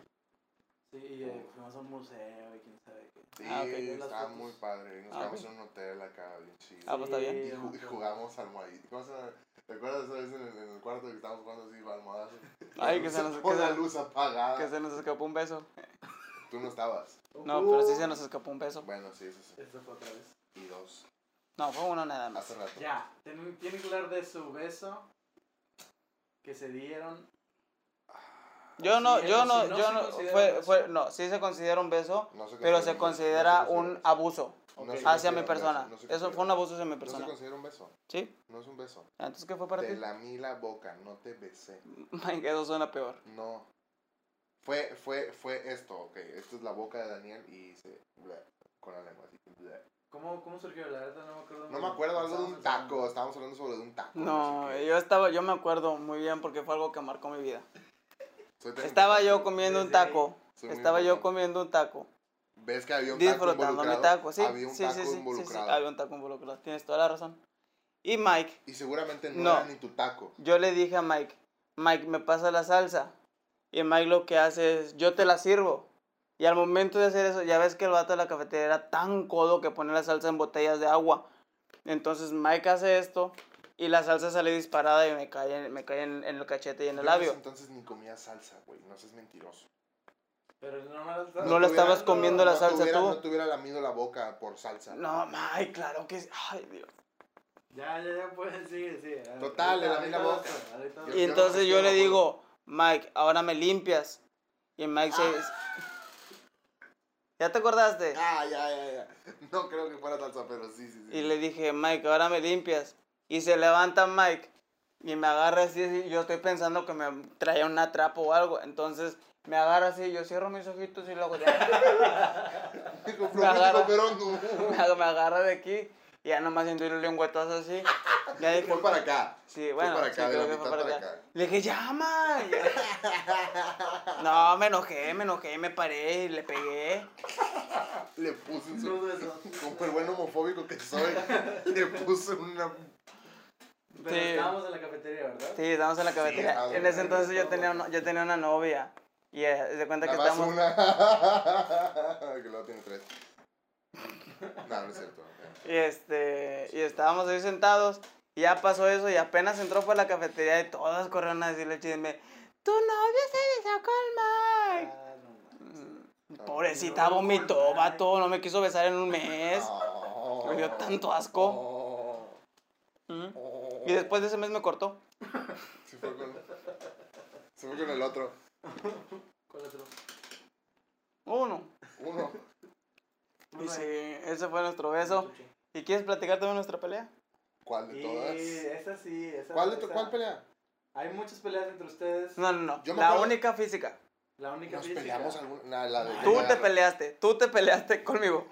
C: Sí, y eh, fuimos a un museo y quién sabe qué.
A: Sí,
B: Ah, ok.
C: Las
A: estaba
C: fotos.
A: muy padre. Nos
B: Ah,
A: quedamos
B: ok.
A: en un hotel acá, bien chido.
B: Ah, pues está bien.
A: Y,
C: Sí,
A: ju- y
C: ajá.
A: jugamos almohadito. ¿Cómo se llama? ¿Te acuerdas esa vez en el, en el cuarto que estábamos jugando así, almohadas?
B: Ay, que se nos,
A: Con
B: que
A: la
B: se-
A: luz apagada.
B: que se nos escapó un beso.
A: Tú no estabas.
C: Uh.
B: No, pero sí se nos escapó un beso.
A: Bueno, sí, eso sí.
C: Esta fue otra vez.
A: Y dos.
B: No, fue uno nada más.
A: Hace rato.
C: Ya, tienen, tienen que hablar de su beso que se dieron.
B: Yo no,
C: Sí,
B: yo
C: eso
B: no,
C: sí, no
B: yo
C: se
B: no,
C: considera un
B: fue,
C: beso.
B: fue, no, sí se considera un beso,
A: No se
B: pero
A: considera
B: se
A: un-
B: considera
A: no se
B: un
A: considera
B: abuso
A: un
C: Ok.
A: beso. No se
B: hacia
A: considera
B: mi
A: un
B: persona.
A: beso, no se
B: Eso
A: considera.
B: fue un abuso hacia mi
A: No
B: persona.
A: se considera un beso.
B: ¿Sí?
A: No es un beso.
B: Entonces, ¿qué fue para
A: Te
B: ti?
A: lamí la boca, no te besé.
B: Mike, eso suena peor.
A: No. Fue, fue, fue esto, ok. Esto es la boca de Daniel y se... bleh, con la lengua así. bleh.
C: ¿Cómo, cómo surgió? La verdad no me acuerdo.
A: No me acuerdo, algo de un
C: Estábamos hablando.
A: taco. Estábamos hablando sobre de un taco.
B: No, eh,
A: sé qué.
B: yo estaba, yo me acuerdo muy bien porque fue algo que marcó mi vida.
A: Soy tan
B: Estaba yo
A: importante.
B: comiendo un
C: Desde ahí,
B: taco,
A: Soy muy
B: estaba yo
A: importante.
B: comiendo un taco,
A: ¿Ves que había un taco
B: disfrutando mi
A: involucrado?
B: taco, sí,
A: Había un
B: sí,
A: taco
B: sí, sí, sí, sí,
A: involucrado.
B: había un taco involucrado, tienes toda la razón. Y Mike,
A: Y seguramente no,
B: No.
A: era ni tu taco.
B: yo le dije a Mike, Mike, me pasa la salsa. Y Mike lo que hace es, yo te la sirvo. Y al momento de hacer eso, ya ves que el vato de la cafetería era tan codo que pone la salsa en botellas de agua. Entonces Mike hace esto y la salsa sale disparada y me cae, en- me cae en, en el cachete y en el
A: Yo en ese
B: labio.
A: Entonces ni comía salsa, güey. No seas mentiroso.
C: Pero no me la estás-
B: No
A: tuviera-
B: la estabas comiendo la
A: no
B: salsa
A: tuviera-
B: tú.
A: No tuviera lamido la boca por salsa.
B: No, Mike, claro que sí. Ay, Dios.
C: Ya, ya, ya, pues, sigue, sigue.
A: Total, le
C: Ahorita-
A: lamí la
C: ahorita
A: boca.
C: vas, ahorita vas.
B: Y
A: Yo- yo no
B: entonces
A: me
B: yo le
A: quiero,
B: digo, Mike, ahora me limpias. Y Mike se... ¿Ya te acordaste?
A: Ah, ya, ya, ya. No creo que fuera salsa, pero sí, sí, sí.
B: Y le dije, Mike, ahora me limpias. Y se levanta Mike y me agarra así, así. Yo estoy pensando que me traía una trapa o algo. Entonces me agarra así, yo cierro mis ojitos y luego ya,
A: Digo,
B: Me agarra.
A: "Profético, pero no.
B: me, ag- me agarra de aquí. Y ya nomás siento un lengüetazo así. Ya dije,
A: Fue para acá.
B: sí, bueno,
A: para
B: sí,
A: acá, de
B: creo
A: la
B: que
A: mitad
B: fue para
A: para
B: acá.
A: acá.
B: Le dije, llama. No, me enojé, me enojé, me paré y le pegué.
A: Le puse un...
C: Unos besos.
A: Como el buen homofóbico que soy, le puse una...
C: Pero
B: Sí.
C: estábamos en la cafetería, ¿verdad?
B: Sí, estábamos en la cafetería.
A: a ver,
B: en ese
A: a ver,
B: entonces yo
C: todo.
B: tenía, una- yo tenía una novia. Y eh, se cuenta que
A: Nada más
B: estábamos...
A: una... que luego tiene tres. No, no es cierto.
B: Y este, y estábamos ahí sentados, y ya pasó eso, y apenas entró por la cafetería y todas corrieron a decirle al chisme, tu novio se besó con Mike.
C: Ah, no, no.
B: Mm, Pobrecita, vomitó, vato, no me quiso besar en un mes.
A: No.
B: Me dio tanto asco. Mm. Y después de ese mes me cortó.
A: Se fue con... Se fue con el otro.
C: ¿Cuál otro?
B: Uno.
A: Uno.
B: Y
A: Pues
B: sí, ese fue nuestro beso. ¿Y quieres platicar también nuestra pelea?
A: ¿Cuál de
C: Y
A: todas?
C: esa sí, esa
A: ¿Cuál, de tu-
C: esa-
A: ¿Cuál pelea?
C: Hay muchas peleas entre ustedes.
B: No, no, no.
A: Yo me
B: La
A: acuerdo-
B: única física.
C: La única
A: Nos
C: física.
A: peleamos alguna... Nah, la de...
B: Tú te peleaste, tú te peleaste conmigo.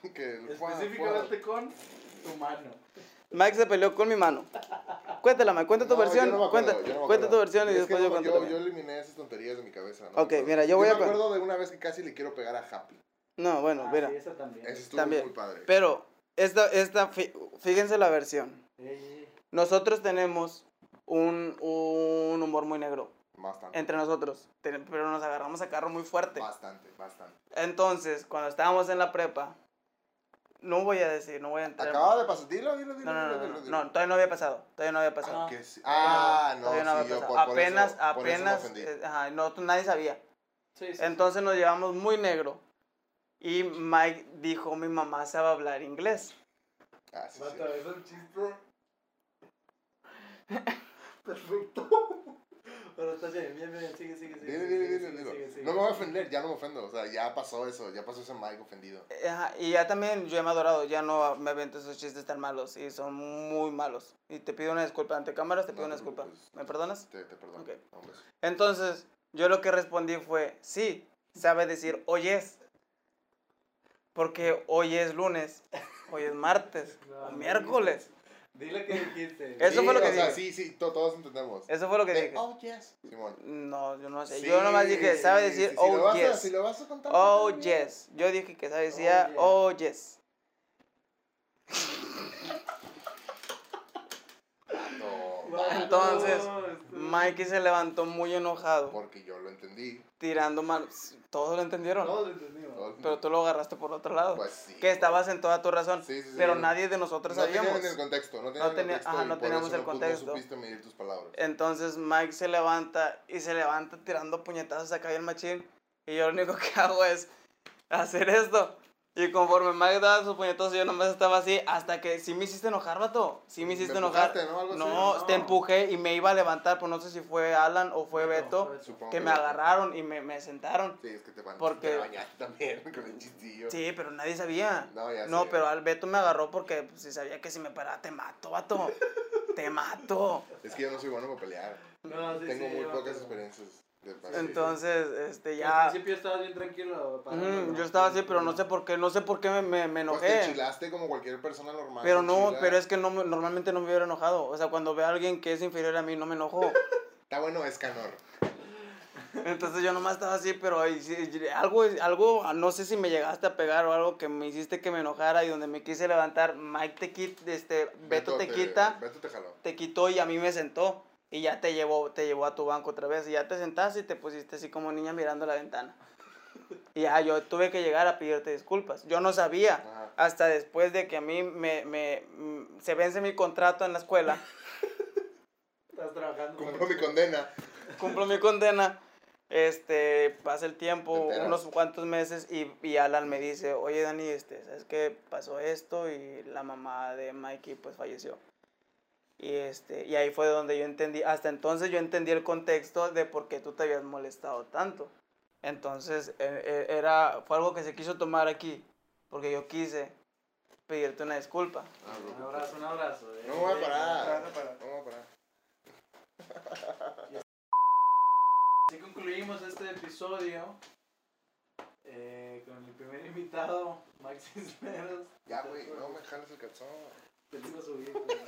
A: que el- fua,
C: Específicamente con tu mano.
B: Mike se peleó con mi mano. Cuéntala, Mike, cuenta tu
A: No,
B: versión.
A: yo no me acuerdo,
B: cuenta,
A: yo no me
B: cuenta tu
A: acuerdo.
B: versión y
A: Es que
B: después
A: no me-
B: yo cuento. la
A: yo,
B: mía.
A: yo eliminé esas tonterías de mi cabeza. no me
B: Ok,
A: acuerdo.
B: mira, yo voy a
A: me
B: con-
A: acuerdo de una vez que casi le quiero pegar a Happy.
B: No, bueno,
C: Ah,
B: mira.
C: sí, esa también.
A: Eso estuvo
B: También.
A: muy padre.
B: Pero, esta, esta, fí- fíjense la versión.
C: Ey,
B: Nosotros tenemos un, un humor muy negro
A: Bastante.
B: entre nosotros, ten- pero nos agarramos a carro muy fuerte.
A: Bastante, bastante.
B: Entonces, cuando estábamos en la prepa, no voy a decir, no voy a entrar.
A: Acaba de pasar. Dilo, dilo, dilo.
B: No, no, no,
A: dilo,
B: no,
A: dilo,
B: no,
A: dilo.
B: no, todavía no había pasado, todavía no había pasado.
A: Ah, que sí. Ah, no,
B: Todavía no había
A: sí, yo por,
B: pasado.
A: por
B: apenas,
A: eso- por eso me
B: apenas,
A: ofendí.
B: eh, ajá, no, nadie sabía.
C: Sí, sí, sí.
B: Entonces nos llevamos muy negro. Y Mike dijo, mi mamá sabe hablar inglés.
A: Ah, sí, sí.
C: Vato, es un chiste. Perfecto. Pero está bien, bien, bien. Sigue, sigue, sigue.
A: Dilo,
C: sigue,
A: dilo,
C: sigue,
A: dilo,
C: sigue,
A: dilo.
C: sigue, sigue.
A: No me voy a ofender, ya no me ofendo. O sea, ya pasó eso, ya pasó ese Mike ofendido.
B: Eh, ajá, y ya también yo he madurado, ya no me avento esos chistes tan malos y son muy malos. Y te pido una disculpa ante cámaras, te
A: No
B: pido una
A: te
B: disculpa.
A: preocupes.
B: ¿Me perdonas?
A: Este, Te, te perdono.
B: Ok.
A: Hombre, sí.
B: Entonces, yo lo que respondí fue, sí, sabe decir oyes. Porque hoy es lunes, hoy es martes,
C: No,
B: o miércoles.
C: Dile que dijiste.
B: Eso
A: Sí,
B: fue lo que
A: o sea,
B: dije.
A: sí, sí, to- todos entendemos.
B: Eso fue lo que
A: De,
B: dije.
A: Oh, yes. Simón.
B: No, yo no sé.
A: Sí,
B: yo nomás dije, sabe
A: sí,
B: decir
A: sí, lo
B: oh
A: vas a-
B: yes.
A: Si lo vas a contar.
B: Oh,
A: cuéntalo bien.
B: yes. Yo dije que sabía, decía, oh,
C: Oh,
B: yes.
A: No,
C: Vato,
B: Entonces,
C: estuvo-
A: Mm.
B: Mikey se levantó muy enojado,
A: porque yo lo entendí.
B: tirando manos. Todos lo entendieron,
C: Todos lo entendimos.
A: Todos-
B: pero tú lo agarraste por otro lado.
A: Pues sí.
B: que estabas en toda tu razón,
A: Sí, sí, sí.
B: pero nadie de nosotros
A: No
B: sabíamos.
A: tenían el contexto, no
B: No
A: tenían el
B: tenía-
A: contexto.
B: ajá,
A: y
B: no
A: por
B: teníamos
A: eso
B: el
A: no pu-
B: contexto.
A: No supiste medir tus palabras.
B: Entonces Mike se levanta y se levanta tirando puñetazos acá el machín. Y yo lo único que hago es hacer esto. Y conforme Mike daba sus puñetazos, yo nomás estaba así hasta que sí me hiciste enojar, vato. Sí me hiciste
A: Me
B: enojar.
A: empujaste, ¿no? Algo así,
B: No,
C: ¿no?
B: te empujé y me iba a levantar, pero no sé si fue Alan o fue Beto,
A: Supongo
B: que me agarraron y me, me sentaron.
A: Sí, es que te van
B: Porque-
A: te bañaste también con el chistillo.
B: Sí, pero nadie sabía.
A: No, ya
B: No,
A: sé.
B: pero al Beto me agarró porque pues, sí sabía que si me paraba te mato, vato. te mato.
A: Es que yo no soy bueno para pelear.
C: No, sí,
A: Tengo
C: sí,
A: muy
C: yo me
A: pocas
C: acuerdo.
A: experiencias de para-
B: Entonces, este,
C: Al
B: ya...
C: principio estabas bien tranquilo. para-
B: Ujú, yo estaba así, pero no sé por qué, no sé por qué me, me, me
A: Pues te
B: enojé.
A: enchilaste como cualquier persona normal.
B: Pero
A: se
B: no,
A: enchila.
B: pero es que no, me- normalmente no me hubiera enojado. O sea, cuando veo a alguien que es inferior a mí, no me enojo.
A: Está bueno, es canor.
B: Entonces yo nomás estaba así, pero ahí sí- y- algo, algo, no sé si me llegaste a pegar o algo que me hiciste que me enojara y donde me quise levantar, Mike te quita, este, Beto te quita,
A: Beto te jaló.
B: te quitó y a mí me sentó. y ya te llevó, te llevó a tu banco otra vez. Y ya te sentaste y te pusiste así como niña mirando la ventana. Y ya yo tuve que llegar a pedirte disculpas. Yo no sabía.
A: Ajá.
B: Hasta después de que a mí me, me- mm, se vence mi contrato en la escuela,
C: Estás trabajando. con-
A: Cumplo mi condena.
B: cumplo mi condena, este, pasa el
A: ¿Te
B: tiempo,
A: enteras?
B: unos cuantos meses, y, y Alan me dice, oye Dani, este, ¿sabes qué? Pasó esto y la mamá de Mikey pues falleció. Y, este, y ahí fue donde yo entendí, hasta entonces yo entendí el contexto de por qué tú te habías molestado tanto. Entonces e- e- era, fue algo que se quiso tomar aquí, porque yo quise pedirte una disculpa.
A: Ah,
C: Un
A: bro.
C: abrazo, un abrazo. eh.
A: No voy a
C: Un abrazo
A: parar.
C: para-
A: No voy a parar.
C: Así concluimos este episodio eh, con el primer invitado, Max Cisneros.
A: Ya, güey, no me jales el calzón.
C: Te lo iba a subir, pero-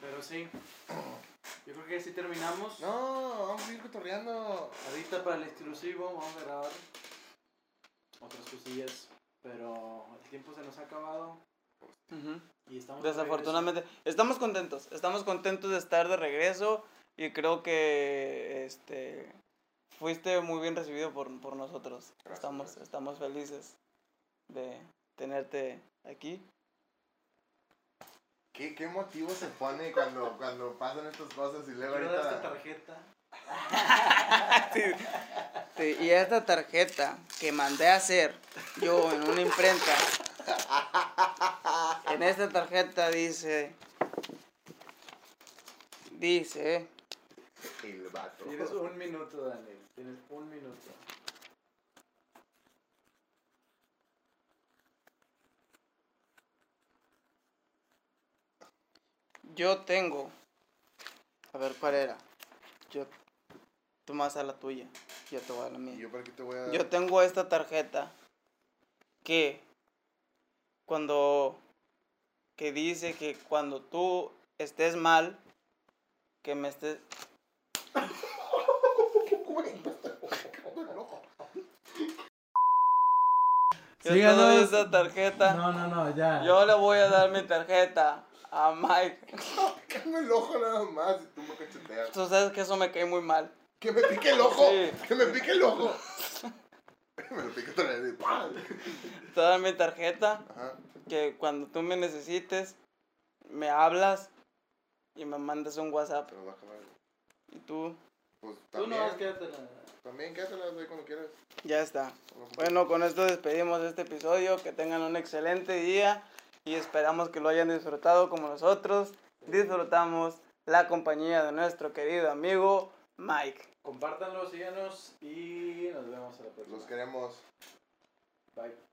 C: Pero sí, yo creo que así terminamos.
A: No, vamos a seguir cotorreando.
C: Ahorita para el exclusivo vamos a grabar otras cosillas, pero el tiempo se nos ha acabado
B: Ujú.
C: y estamos... de
B: Desafortunadamente, estamos contentos, estamos contentos de estar de regreso y creo que este fuiste muy bien recibido por, por nosotros.
A: Gracias,
B: estamos
A: gracias.
B: estamos felices de tenerte aquí.
A: ¿Qué, qué motivo se pone cuando, cuando pasan estas cosas y luego
C: regreso. Quiero dar esta
A: ahorita.
C: tarjeta.
B: Sí, y esta tarjeta que mandé a hacer yo en una imprenta. En esta tarjeta dice dice
A: El vato.
C: Tienes un minuto, Daniel. Tienes un minuto.
B: Yo tengo. A ver, ¿cuál era? Yo. Tú me vas a la tuya. Yo te voy a la
A: ¿Y
B: mía.
A: yo para qué te voy a dar?
B: Yo tengo esta tarjeta. Que. Cuando. Que dice que cuando tú estés mal. Que me estés. Yo
D: Síganos.
B: tengo esta tarjeta.
D: No, no, no, ya.
B: Yo le voy a dar mi tarjeta a Mike.
A: Tengo el ojo nada más y tú me cacheteas.
B: Tú sabes que eso me cae muy mal.
A: ¡Que me pique el ojo!
B: Sí.
A: ¡Que me pique el ojo! me lo pique otra vez y ¡pam!
B: Te voy a dar mi tarjeta.
A: Ajá.
B: que cuando tú me necesites, me hablas y me mandas un WhatsApp.
A: Pero bájala.
B: Y tú,
A: Pues
C: Tú no
A: también.
C: vas a quedarte la...
A: También quédatela güey, cuando quieras.
B: ya está. Bueno, con esto despedimos este episodio. Que tengan un excelente día y esperamos que lo hayan disfrutado como nosotros. Disfrutamos la compañía de nuestro querido amigo Mike.
C: Compártanlo, síganos y nos vemos a la próxima.
A: Los queremos.
C: Bye.